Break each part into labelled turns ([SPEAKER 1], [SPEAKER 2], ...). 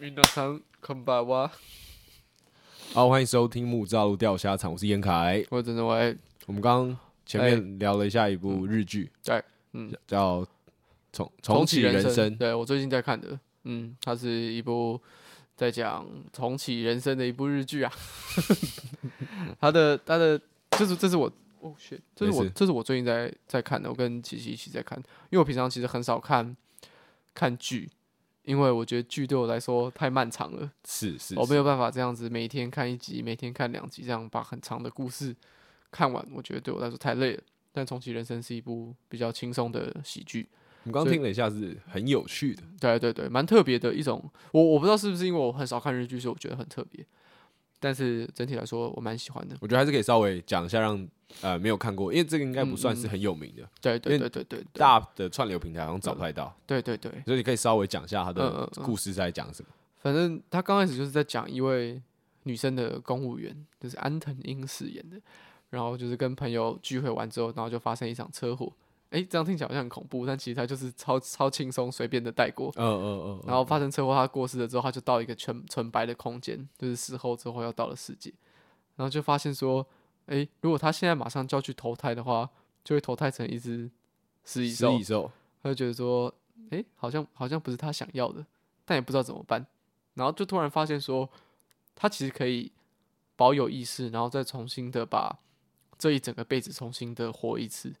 [SPEAKER 1] 运动场空白哇！
[SPEAKER 2] 好，欢迎收听《木栅路钓虾场》，我是严凯。
[SPEAKER 1] 我真的我也
[SPEAKER 2] 我们刚刚前面聊了一下一部日剧，
[SPEAKER 1] 哎对，嗯，
[SPEAKER 2] 叫《重
[SPEAKER 1] 重
[SPEAKER 2] 重启
[SPEAKER 1] 人
[SPEAKER 2] 人生》。
[SPEAKER 1] 对我最近在看的，嗯，它是一部在讲重启人生的一部日剧啊。 它的它的这是这是我哦 shit，这是我
[SPEAKER 2] 没事
[SPEAKER 1] 这是我最近在在看的，我跟琪琪一起在看，因为我平常其实很少看看剧，因为我觉得剧对我来说太漫长了。
[SPEAKER 2] 是是，
[SPEAKER 1] 我
[SPEAKER 2] 是
[SPEAKER 1] 没有办法这样子每天看一集，每天看两集，这样把很长的故事看完，我觉得对我来说太累了。但重启人生是一部比较轻松的喜剧，
[SPEAKER 2] 我们刚刚
[SPEAKER 1] 所以
[SPEAKER 2] 听了一下，是很有趣的。
[SPEAKER 1] 对对对，蛮特别的一种。我我不知道是不是因为我很少看日剧，所以我觉得很特别。但是整体来说，我蛮喜欢的。
[SPEAKER 2] 我觉得还是可以稍微讲一下让，呃没有看过，因为这个应该不算是很有名的，
[SPEAKER 1] 对对
[SPEAKER 2] 因
[SPEAKER 1] 对
[SPEAKER 2] 为
[SPEAKER 1] 对对嗯对，
[SPEAKER 2] 大的串流平台好像找不太到，
[SPEAKER 1] 对对对，
[SPEAKER 2] 所以你可以稍微讲一下它
[SPEAKER 1] 嗯
[SPEAKER 2] 的
[SPEAKER 1] 嗯嗯
[SPEAKER 2] 故事在讲什么。
[SPEAKER 1] 反正他刚开始就是在讲一位女生的公务员，就是安藤英饰演的，然后就是跟朋友聚会完之后，然后就发生一场车祸。诶，这样听起来好像很恐怖，但其实他就是超超轻松随便的带过。
[SPEAKER 2] 嗯嗯嗯嗯，
[SPEAKER 1] 然后发生车祸，他过世了之后，他就到一个纯纯白的空间，就是死后之后要到的世界。然后就发现说，诶，如果他现在马上就要去投胎的话，就会投胎成一只食蚁
[SPEAKER 2] 食
[SPEAKER 1] 兽
[SPEAKER 2] 蚁。兽，
[SPEAKER 1] 他就觉得说，诶，好像好像不是他想要的，但也不知道怎么办。然后就突然发现说，他其实可以保有意识，然后再重新的把这一整个辈子重新的活一次。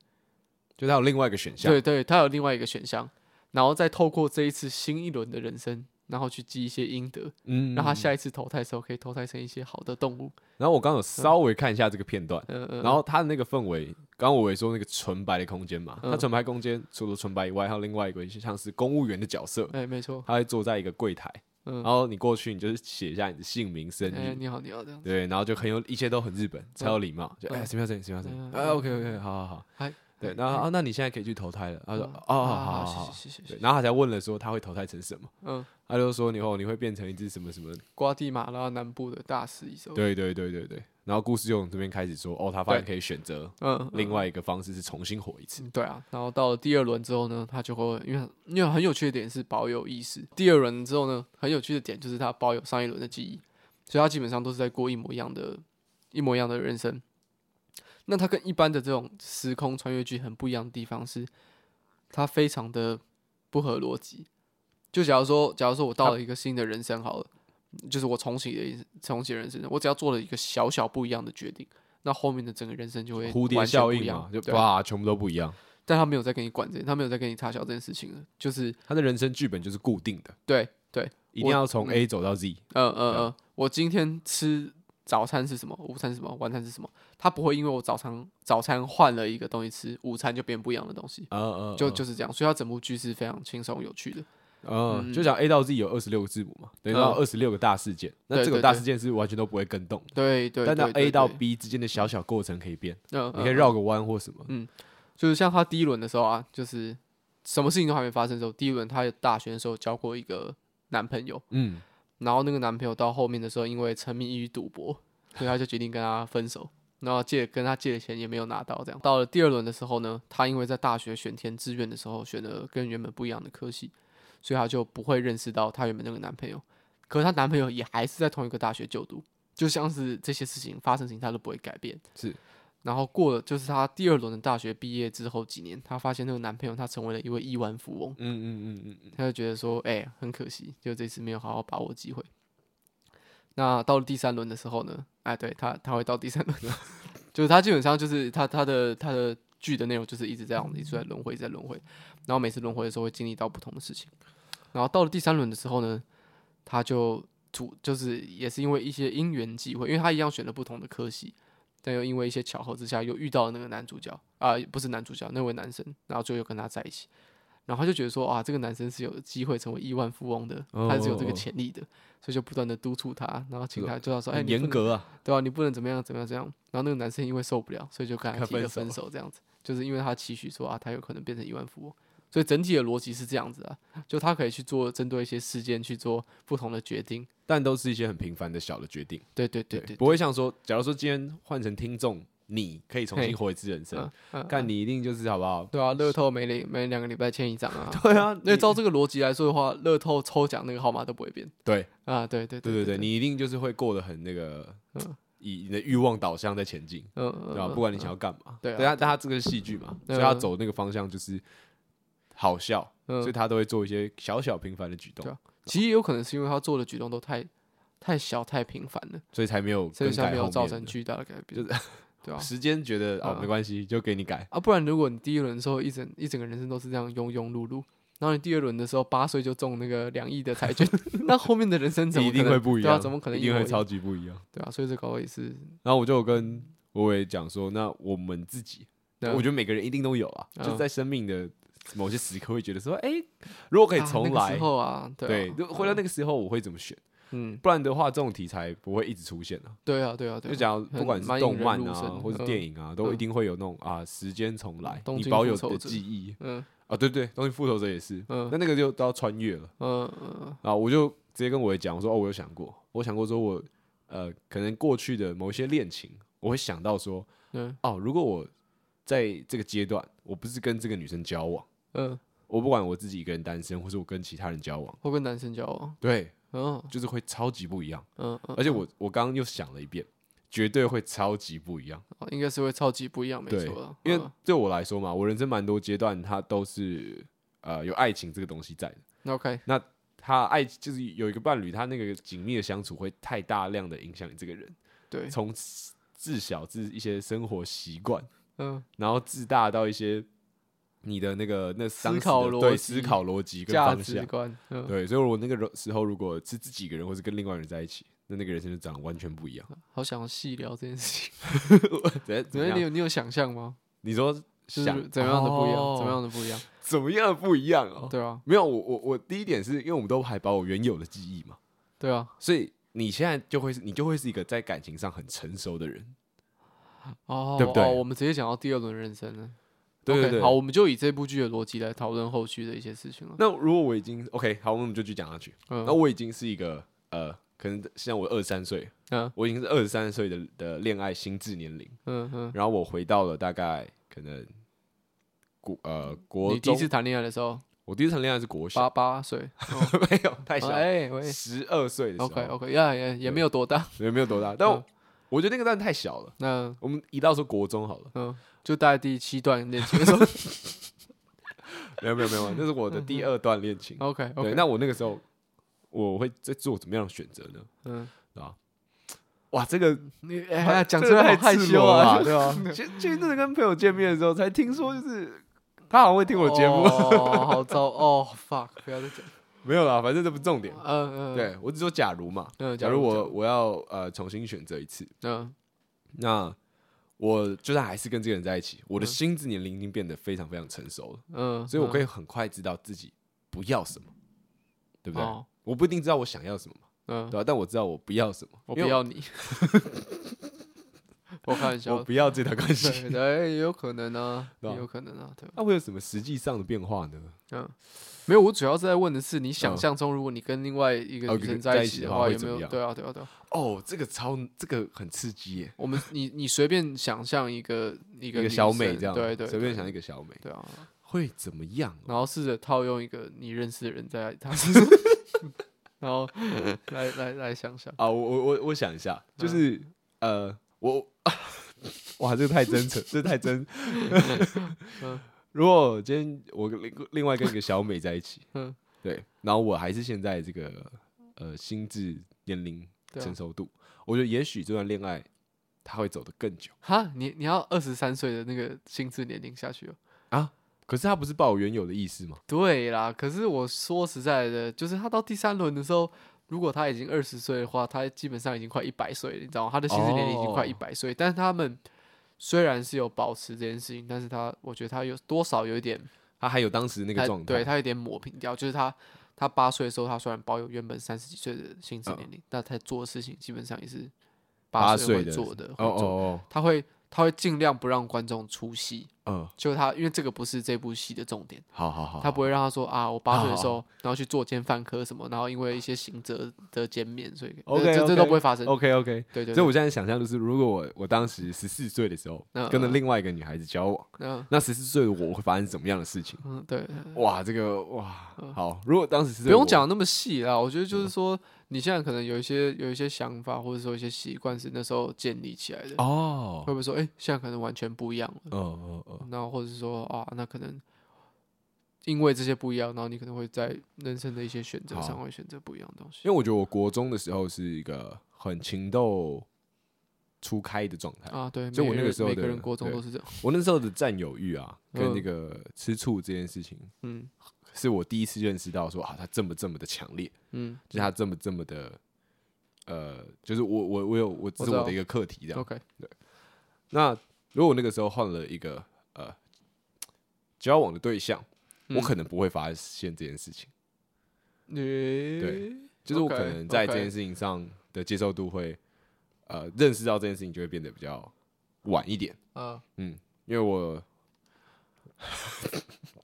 [SPEAKER 2] 就它有另外一个选项。
[SPEAKER 1] 对对，他有另外一个选项，然后再透过这一次新一轮的人生，然后去积一些阴德，
[SPEAKER 2] 嗯，
[SPEAKER 1] 让他下一次投胎的时候可以投胎成一些好的动物。
[SPEAKER 2] 然后我刚刚有稍微看一下这个片段，
[SPEAKER 1] 嗯嗯，
[SPEAKER 2] 然后它的那个氛围，刚刚我也说那个纯白的空间嘛，
[SPEAKER 1] 嗯
[SPEAKER 2] 它纯白空间除了纯白以外，还有另外一个像是公务员的角色，
[SPEAKER 1] 哎、没错，
[SPEAKER 2] 他会坐在一个柜台，
[SPEAKER 1] 嗯
[SPEAKER 2] 然后你过去，你就是写一下你的姓名、生
[SPEAKER 1] 哎、
[SPEAKER 2] 日，
[SPEAKER 1] 你好，你好，这样子，
[SPEAKER 2] 对，然后就很有一切都很日本，超有礼貌，就
[SPEAKER 1] 嗯
[SPEAKER 2] 哎，什么样子，什么样子
[SPEAKER 1] 嗯，
[SPEAKER 2] 啊，OK OK，好好好，
[SPEAKER 1] 嗨，
[SPEAKER 2] 对，然后啊，那你现在可以去投胎了，他说
[SPEAKER 1] 嗯
[SPEAKER 2] 哦，好
[SPEAKER 1] 啊
[SPEAKER 2] 好好
[SPEAKER 1] 好，
[SPEAKER 2] 好，
[SPEAKER 1] 谢谢谢谢
[SPEAKER 2] 对，
[SPEAKER 1] 谢谢，
[SPEAKER 2] 然后他才问了说他会投胎成什么，
[SPEAKER 1] 嗯，
[SPEAKER 2] 他就说你后你会变成一只什么什么，
[SPEAKER 1] 瓜地马拉南部的大食蚁兽。
[SPEAKER 2] 对对对对对，然后故事就从这边开始说，哦，他发现可以选择
[SPEAKER 1] 嗯，
[SPEAKER 2] 另外一个方式是重新活一次。
[SPEAKER 1] 嗯，对啊，然后到了第二轮之后呢，他就会因为因为很有趣的点是保有意识。第二轮之后呢，很有趣的点就是他保有上一轮的记忆，所以他基本上都是在过一模一样的、一模一样的人生。那他跟一般的这种时空穿越剧很不一样的地方是，它非常的不合逻辑。就假如说，假如说我到了一个新的人生好了，就是我重启的一重启人生，我只要做了一个小小不一样的决定，那后面的整个人生就会
[SPEAKER 2] 蝴蝶
[SPEAKER 1] 完全
[SPEAKER 2] 效
[SPEAKER 1] 不一
[SPEAKER 2] 应
[SPEAKER 1] 样
[SPEAKER 2] 嘛，就
[SPEAKER 1] 对啊
[SPEAKER 2] 哇，全部都不一样。
[SPEAKER 1] 但他没有在跟你管这，他没有在跟你插销这件事情了，就是
[SPEAKER 2] 他的人生剧本就是固定的，
[SPEAKER 1] 对对，
[SPEAKER 2] 一定要从 A 走到 Z。
[SPEAKER 1] 呃呃
[SPEAKER 2] 啊
[SPEAKER 1] 呃，我今天吃早餐是什么，午餐是什么，晚餐是什么，他不会因为我早餐早餐换了一个东西吃，午餐就变不一样的东西，
[SPEAKER 2] 呃呃，
[SPEAKER 1] 就就是这样，所以他整部剧是非常轻松有趣的，
[SPEAKER 2] 嗯，就讲 A 到 Z 有二十六个字母嘛，等于
[SPEAKER 1] 嗯
[SPEAKER 2] 到二十六个大事件。那
[SPEAKER 1] 对
[SPEAKER 2] 这个
[SPEAKER 1] 对
[SPEAKER 2] 大
[SPEAKER 1] 对
[SPEAKER 2] 事件是完全都不会跟动的，
[SPEAKER 1] 对对
[SPEAKER 2] 但
[SPEAKER 1] 对
[SPEAKER 2] 到
[SPEAKER 1] 对
[SPEAKER 2] A 到
[SPEAKER 1] 对
[SPEAKER 2] B 之间的小小过程可以变，
[SPEAKER 1] 嗯，
[SPEAKER 2] 你可以
[SPEAKER 1] 嗯
[SPEAKER 2] 绕个弯或什么。
[SPEAKER 1] 就是像他第一轮的时候啊，就是什么事情都还没发生的时候，第一轮他的大学的时候交过一个男朋友，
[SPEAKER 2] 嗯，
[SPEAKER 1] 然后那个男朋友到后面的时候，因为沉迷于赌博，所以他就决定跟他分手。然后借跟他借的钱也没有拿到，这样到了第二轮的时候呢，他因为在大学选填志愿的时候选了跟原本不一样的科系，所以他就不会认识到她原本那个男朋友。可是她男朋友也还是在同一个大学就读，就像是这些事情发生情，他都不会改变。
[SPEAKER 2] 是，
[SPEAKER 1] 然后过了就是她第二轮的大学毕业之后几年，她发现那个男朋友他成为了一位亿万富翁。
[SPEAKER 2] 嗯嗯嗯嗯，
[SPEAKER 1] 他就觉得说，哎、很可惜，就这次没有好好把握机会。那到了第三轮的时候呢，哎，对他他会到第三轮， 就是他基本上就是他他的他的剧的内容就是一直这样子，一直在轮回，一直在轮回，然后每次轮回的时候会经历到不同的事情。然后到了第三轮的时候呢，他就主就是也是因为一些因缘际会，因为他一样选了不同的科系，但又因为一些巧合之下又遇到了那个男主角啊、不是男主角那位男生，然后最后又跟他在一起，然后他就觉得说啊，这个男生是有机会成为亿万富翁的，
[SPEAKER 2] 哦
[SPEAKER 1] 他是有这
[SPEAKER 2] 哦
[SPEAKER 1] 个
[SPEAKER 2] 哦
[SPEAKER 1] 潜力的，所以就不断的督促他，然后请
[SPEAKER 2] 这个
[SPEAKER 1] 他就要说，哎，
[SPEAKER 2] 很
[SPEAKER 1] 你不
[SPEAKER 2] 严
[SPEAKER 1] 能
[SPEAKER 2] 格啊，
[SPEAKER 1] 对啊，你不能怎么样怎么样怎么样。然后那个男生因为受不了，所以就跟他
[SPEAKER 2] 跟他
[SPEAKER 1] 提了
[SPEAKER 2] 分手
[SPEAKER 1] 分手，这样子，就是因为他期许说啊，他有可能变成亿万富翁。所以整体的逻辑是这样子啊，就他可以去做针对一些事件去做不同的决定。
[SPEAKER 2] 但都是一些很平凡的小的决定。
[SPEAKER 1] 对对对对，
[SPEAKER 2] 不会像说，假如说今天换成听众你可以重新活一次人生
[SPEAKER 1] 嗯。嗯，
[SPEAKER 2] 干你一定就是好不好？
[SPEAKER 1] 对啊，乐透每两每两个礼拜签一张啊。
[SPEAKER 2] 对啊，
[SPEAKER 1] 那
[SPEAKER 2] 你
[SPEAKER 1] 照这个逻辑来说的话，乐透抽奖那个号码都不会变
[SPEAKER 2] 对
[SPEAKER 1] 啊。对对
[SPEAKER 2] 对对
[SPEAKER 1] 对
[SPEAKER 2] 对，
[SPEAKER 1] 对，
[SPEAKER 2] 你一定就是会过得很那个
[SPEAKER 1] 嗯，
[SPEAKER 2] 以你的欲望导向在前进，
[SPEAKER 1] 嗯
[SPEAKER 2] 对
[SPEAKER 1] 嗯
[SPEAKER 2] 吧？
[SPEAKER 1] 嗯
[SPEAKER 2] 不管你想要干嘛，
[SPEAKER 1] 对啊
[SPEAKER 2] 但他但他这个是戏剧嘛，所以他走那个方向就是好笑，
[SPEAKER 1] 嗯
[SPEAKER 2] 所以他都会做一些小小平凡的举动
[SPEAKER 1] 对，啊其实也有可能是因为他做的举动都太太小太频繁了，
[SPEAKER 2] 所以才没有
[SPEAKER 1] 所以
[SPEAKER 2] 更
[SPEAKER 1] 才
[SPEAKER 2] 改
[SPEAKER 1] 没
[SPEAKER 2] 后
[SPEAKER 1] 有
[SPEAKER 2] 面
[SPEAKER 1] 造成
[SPEAKER 2] 的
[SPEAKER 1] 巨大的改变。 对啊，
[SPEAKER 2] 时间觉得哦
[SPEAKER 1] 嗯
[SPEAKER 2] 没关系，就给你改，
[SPEAKER 1] 啊，不然如果你第一轮的时候一整一整个人生都是这样庸庸碌碌，然后你第二轮的时候八岁就中那个两亿的 彩券，那后面的人生怎么
[SPEAKER 2] 一定
[SPEAKER 1] 可
[SPEAKER 2] 会
[SPEAKER 1] 能
[SPEAKER 2] 不一
[SPEAKER 1] 对啊，
[SPEAKER 2] 样，
[SPEAKER 1] 怎么可能
[SPEAKER 2] 一
[SPEAKER 1] 一
[SPEAKER 2] 定
[SPEAKER 1] 模
[SPEAKER 2] 会
[SPEAKER 1] 一样
[SPEAKER 2] 超级不一样？
[SPEAKER 1] 对啊，所以这个也是，
[SPEAKER 2] 然后我就有跟我伟讲说，那我们自己，
[SPEAKER 1] 对啊
[SPEAKER 2] 我觉得每个人一定都有啊，
[SPEAKER 1] 嗯
[SPEAKER 2] 就是在生命的某些时刻会觉得说，哎、如果可以
[SPEAKER 1] 啊
[SPEAKER 2] 重
[SPEAKER 1] 那个
[SPEAKER 2] 来，
[SPEAKER 1] 时候啊，对
[SPEAKER 2] 对，
[SPEAKER 1] 啊
[SPEAKER 2] 就回到那个时候我会怎么选？
[SPEAKER 1] 嗯，
[SPEAKER 2] 不然的话，这种题材不会一直出现啊。
[SPEAKER 1] 对啊，对啊，对
[SPEAKER 2] 就
[SPEAKER 1] 啊，
[SPEAKER 2] 讲
[SPEAKER 1] 很
[SPEAKER 2] 不管是
[SPEAKER 1] 蛮引
[SPEAKER 2] 动
[SPEAKER 1] 人
[SPEAKER 2] 漫
[SPEAKER 1] 入
[SPEAKER 2] 啊
[SPEAKER 1] 胜，
[SPEAKER 2] 或是
[SPEAKER 1] 嗯
[SPEAKER 2] 电影啊，都
[SPEAKER 1] 嗯
[SPEAKER 2] 一定会有那种啊，时间重来，
[SPEAKER 1] 东
[SPEAKER 2] 你
[SPEAKER 1] 京
[SPEAKER 2] 保
[SPEAKER 1] 复
[SPEAKER 2] 有
[SPEAKER 1] 仇
[SPEAKER 2] 的
[SPEAKER 1] 者
[SPEAKER 2] 记忆
[SPEAKER 1] 嗯
[SPEAKER 2] 啊，对对，东京复仇者也是，
[SPEAKER 1] 嗯
[SPEAKER 2] 那那个就都要穿越了。
[SPEAKER 1] 嗯嗯
[SPEAKER 2] 啊，我就直接跟我也讲，我说哦，我有想过，我想过说我呃，可能过去的某一些恋情，我会想到说，
[SPEAKER 1] 嗯
[SPEAKER 2] 哦，如果我在这个阶段，我不是跟这个女生交往，
[SPEAKER 1] 嗯，
[SPEAKER 2] 我不管我自己一个人单身，或是我跟其他人交往，
[SPEAKER 1] 会跟男生交往，
[SPEAKER 2] 对，
[SPEAKER 1] 嗯
[SPEAKER 2] 就是会超级不一样。
[SPEAKER 1] 嗯嗯，
[SPEAKER 2] 而且我我刚刚又想了一遍，绝对会超级不一样，
[SPEAKER 1] 哦应该是会超级不一样，没
[SPEAKER 2] 对
[SPEAKER 1] 错啦，
[SPEAKER 2] 因为
[SPEAKER 1] 嗯
[SPEAKER 2] 对我来说嘛，我人生蛮多阶段，它都是呃有爱情这个东西在的。
[SPEAKER 1] 那 OK，
[SPEAKER 2] 他爱就是有一个伴侣，他那个紧密的相处会太大量的影响你这个人。
[SPEAKER 1] 对，
[SPEAKER 2] 从自小自一些生活习惯，
[SPEAKER 1] 嗯，
[SPEAKER 2] 然后自大到一些你的那个那
[SPEAKER 1] 思
[SPEAKER 2] 当时的
[SPEAKER 1] 考逻
[SPEAKER 2] 对
[SPEAKER 1] 辑
[SPEAKER 2] 思考逻辑跟
[SPEAKER 1] 价
[SPEAKER 2] 方
[SPEAKER 1] 值
[SPEAKER 2] 向，
[SPEAKER 1] 观，嗯，
[SPEAKER 2] 对，所以我那个时候如果是自己一个人，或是跟另外一个人在一起，那那个人生就长得完全不一 样。
[SPEAKER 1] 好想要细聊这件事情，
[SPEAKER 2] 怎样怎么
[SPEAKER 1] 你觉得你
[SPEAKER 2] 样？
[SPEAKER 1] 有你有想象吗？
[SPEAKER 2] 你说
[SPEAKER 1] 就是
[SPEAKER 2] 想
[SPEAKER 1] 怎么样的不一样，怎
[SPEAKER 2] 哦
[SPEAKER 1] 么样的不一样，
[SPEAKER 2] 怎么样的不一样哦？
[SPEAKER 1] 对啊，
[SPEAKER 2] 没有，我我我第一点是因为我们都还保有原有的记忆嘛，
[SPEAKER 1] 对啊，
[SPEAKER 2] 所以你现在就会是你就会是一个在感情上很成熟的人。
[SPEAKER 1] 哦，
[SPEAKER 2] 对不对
[SPEAKER 1] 哦我们直接讲到第二轮人生了。
[SPEAKER 2] 对
[SPEAKER 1] OK，
[SPEAKER 2] 对对，
[SPEAKER 1] 好，我们就以这部剧的逻辑来讨论后续的一些事 情了。
[SPEAKER 2] 那如果我已经 OK，好，我们就继续讲下去。
[SPEAKER 1] 嗯
[SPEAKER 2] 那我已经是一个呃，可能像我二三岁，
[SPEAKER 1] 嗯
[SPEAKER 2] 我已经是二十三岁的的恋爱心智年龄，
[SPEAKER 1] 嗯嗯，
[SPEAKER 2] 然后我回到了大概可能国呃国
[SPEAKER 1] 你第一
[SPEAKER 2] 中，
[SPEAKER 1] 次谈恋爱的时候，
[SPEAKER 2] 我第一次谈恋爱是国
[SPEAKER 1] 八
[SPEAKER 2] 小，
[SPEAKER 1] 八岁，
[SPEAKER 2] 没有太小，
[SPEAKER 1] 哎喂
[SPEAKER 2] 十二岁的时候
[SPEAKER 1] ，OK OK，呀也也没有多大，
[SPEAKER 2] 也没有多大，但我
[SPEAKER 1] 嗯
[SPEAKER 2] 我觉得那个段太小了。
[SPEAKER 1] 那
[SPEAKER 2] 我们移到说国中好了，
[SPEAKER 1] 嗯，就大概第七段恋情的时 候
[SPEAKER 2] 没有没有 没有，那是我的第二段恋情。
[SPEAKER 1] ，OK
[SPEAKER 2] 对，
[SPEAKER 1] OK，
[SPEAKER 2] 那我那个时候我会在做怎么样的选择呢？
[SPEAKER 1] 嗯，
[SPEAKER 2] 哇，这 个
[SPEAKER 1] 你哎呀讲
[SPEAKER 2] 这
[SPEAKER 1] 出
[SPEAKER 2] 个
[SPEAKER 1] 来好
[SPEAKER 2] 太
[SPEAKER 1] 害
[SPEAKER 2] 赤
[SPEAKER 1] 羞
[SPEAKER 2] 裸了吧
[SPEAKER 1] 啊，
[SPEAKER 2] 对啊，前前一阵子跟朋友见面的时候，才听说就是他好像会听我节目，
[SPEAKER 1] 哦，好糟哦，fuck，不要再讲，
[SPEAKER 2] 没有啦，反正这不是重点。
[SPEAKER 1] 嗯嗯，，
[SPEAKER 2] 对我只说假如嘛，
[SPEAKER 1] 嗯，
[SPEAKER 2] 假如我，我要呃重新选择一次，
[SPEAKER 1] 嗯
[SPEAKER 2] 那我就算还是跟这个人在一起，我的心智年龄已经变得非常非常成熟了，
[SPEAKER 1] 嗯，
[SPEAKER 2] 所以我可
[SPEAKER 1] 以，
[SPEAKER 2] 以很快知道自己不要什么，对不对？
[SPEAKER 1] 哦
[SPEAKER 2] 我不一定知道我想要什么嘛，
[SPEAKER 1] 嗯
[SPEAKER 2] 对，吧、但我知道我不要什么，
[SPEAKER 1] 我
[SPEAKER 2] 因
[SPEAKER 1] 不
[SPEAKER 2] 为
[SPEAKER 1] 要你， 我开玩
[SPEAKER 2] 我，
[SPEAKER 1] 笑
[SPEAKER 2] 我，不要这段关系。
[SPEAKER 1] 对对，也有可能啊，
[SPEAKER 2] 对啊
[SPEAKER 1] 也有可能啊，对吧？
[SPEAKER 2] 那会有什么实际上的变化呢？
[SPEAKER 1] 嗯，没有，我主要是在问的是，你想
[SPEAKER 2] 嗯
[SPEAKER 1] 象中，如果你跟另外一个
[SPEAKER 2] 哦
[SPEAKER 1] 女
[SPEAKER 2] 跟
[SPEAKER 1] 生
[SPEAKER 2] 在一
[SPEAKER 1] 一起
[SPEAKER 2] 起
[SPEAKER 1] 的
[SPEAKER 2] 的话
[SPEAKER 1] 话，
[SPEAKER 2] 会
[SPEAKER 1] 有没
[SPEAKER 2] 怎么
[SPEAKER 1] 有？
[SPEAKER 2] 样
[SPEAKER 1] 对啊，对啊，对啊。
[SPEAKER 2] 哦，这个超，这个很刺激耶！
[SPEAKER 1] 我们你你随便想象一个一
[SPEAKER 2] 一
[SPEAKER 1] 个
[SPEAKER 2] 个小
[SPEAKER 1] 女
[SPEAKER 2] 美
[SPEAKER 1] 生
[SPEAKER 2] 这样，
[SPEAKER 1] 对对，
[SPEAKER 2] 随便
[SPEAKER 1] 对
[SPEAKER 2] 想一个小美
[SPEAKER 1] 对啊，
[SPEAKER 2] 会怎么样哦、
[SPEAKER 1] 然后试着套用一个你认识的人在她 身上，然后来来来想想，
[SPEAKER 2] 啊，我我我我想一下，就是、
[SPEAKER 1] 嗯
[SPEAKER 2] 呃，我 哇，这个太真诚，这个太真。
[SPEAKER 1] 嗯
[SPEAKER 2] 如果今天我跟另另外跟一个小美在一起，
[SPEAKER 1] 嗯
[SPEAKER 2] 对，然后我还是现在这个呃心智年龄
[SPEAKER 1] 对啊
[SPEAKER 2] 成熟度，我觉得也许这段恋爱它会走得更久
[SPEAKER 1] 哈，你你要二十三岁的那个心智年龄下去哦。
[SPEAKER 2] 啊。可是它不是抱有原有的意思吗？
[SPEAKER 1] 对啦，可是我说实在的，就是他到第三轮的时候，如果他已经二十岁的话，他基本上已经快一百岁了，你知道吗？他的心智年龄已经快
[SPEAKER 2] 哦
[SPEAKER 1] 一百岁，但是他们虽然是有保持这件事情，但是他我觉得他有多少有一点，
[SPEAKER 2] 它还有当时那
[SPEAKER 1] 他
[SPEAKER 2] 个状态，
[SPEAKER 1] 对他有点抹平掉，就是他他八岁的时候，他虽然保有原本三十几岁的心智
[SPEAKER 2] 嗯
[SPEAKER 1] 年龄，但他做的事情基本上也是
[SPEAKER 2] 八
[SPEAKER 1] 岁
[SPEAKER 2] 岁
[SPEAKER 1] 会
[SPEAKER 2] 的
[SPEAKER 1] 做的，
[SPEAKER 2] 哦
[SPEAKER 1] 会
[SPEAKER 2] 哦
[SPEAKER 1] 做
[SPEAKER 2] 哦，
[SPEAKER 1] 他会他会尽量不让观众出戏，
[SPEAKER 2] 嗯，
[SPEAKER 1] 就他因为这个不是这部戏的重点，
[SPEAKER 2] 好好好，
[SPEAKER 1] 他不
[SPEAKER 2] 会，
[SPEAKER 1] 会让他说啊，我八岁的时
[SPEAKER 2] 好
[SPEAKER 1] 候，然后去作奸犯科什么，然后因为一些刑责的减免，所以
[SPEAKER 2] OK，
[SPEAKER 1] 这这这
[SPEAKER 2] OK
[SPEAKER 1] 都不会发生。
[SPEAKER 2] OK OK。
[SPEAKER 1] 对对
[SPEAKER 2] 所以
[SPEAKER 1] 对，
[SPEAKER 2] 我现在想象就是，如果我我当时十四岁的时候
[SPEAKER 1] 嗯
[SPEAKER 2] 跟了
[SPEAKER 1] 嗯
[SPEAKER 2] 另外一个女孩子交往，
[SPEAKER 1] 嗯
[SPEAKER 2] 那十四岁的我会发生怎么样的事情？
[SPEAKER 1] 嗯对，
[SPEAKER 2] 哇，这个哇，好，如果当时是
[SPEAKER 1] 嗯不用讲那么细啦。我觉得
[SPEAKER 2] 嗯
[SPEAKER 1] 就是说，你现在可能有一些有一些想法，或者说一些习惯是那时候建立起来的，
[SPEAKER 2] 哦
[SPEAKER 1] 会，不会说，哎，现在可能完全不一样了？
[SPEAKER 2] 嗯嗯嗯，
[SPEAKER 1] 那或者是说啊，那可能因为这些不一样，然后你可能会在人生的一些选择上
[SPEAKER 2] 好
[SPEAKER 1] 会选择不一样的东西
[SPEAKER 2] 因为我觉得我国中的时候是一个很情窦初开的状态，
[SPEAKER 1] 啊。对，
[SPEAKER 2] 哎所以我
[SPEAKER 1] 每
[SPEAKER 2] 那个时候
[SPEAKER 1] 每个
[SPEAKER 2] 的
[SPEAKER 1] 人国中
[SPEAKER 2] 对
[SPEAKER 1] 都是这样。
[SPEAKER 2] 我那时候的占有欲啊，跟
[SPEAKER 1] 嗯
[SPEAKER 2] 那个吃醋这件事情，
[SPEAKER 1] 嗯
[SPEAKER 2] 是我第一次认识到说啊，他这么这么的强烈，
[SPEAKER 1] 嗯
[SPEAKER 2] 就是他这么这么的，呃，就是我我我有我这是
[SPEAKER 1] 我知道
[SPEAKER 2] 我的一个课题这样。
[SPEAKER 1] ，OK，
[SPEAKER 2] 那如果我那个时候换了一个呃交往的对象，我
[SPEAKER 1] 嗯
[SPEAKER 2] 可能不会发现这件事情，
[SPEAKER 1] 对，
[SPEAKER 2] 就是我
[SPEAKER 1] OK，
[SPEAKER 2] 可能在这
[SPEAKER 1] OK
[SPEAKER 2] 件事情上的接受度会呃认识到这件事情就会变得比较晚一点，嗯
[SPEAKER 1] 啊，
[SPEAKER 2] 因为 我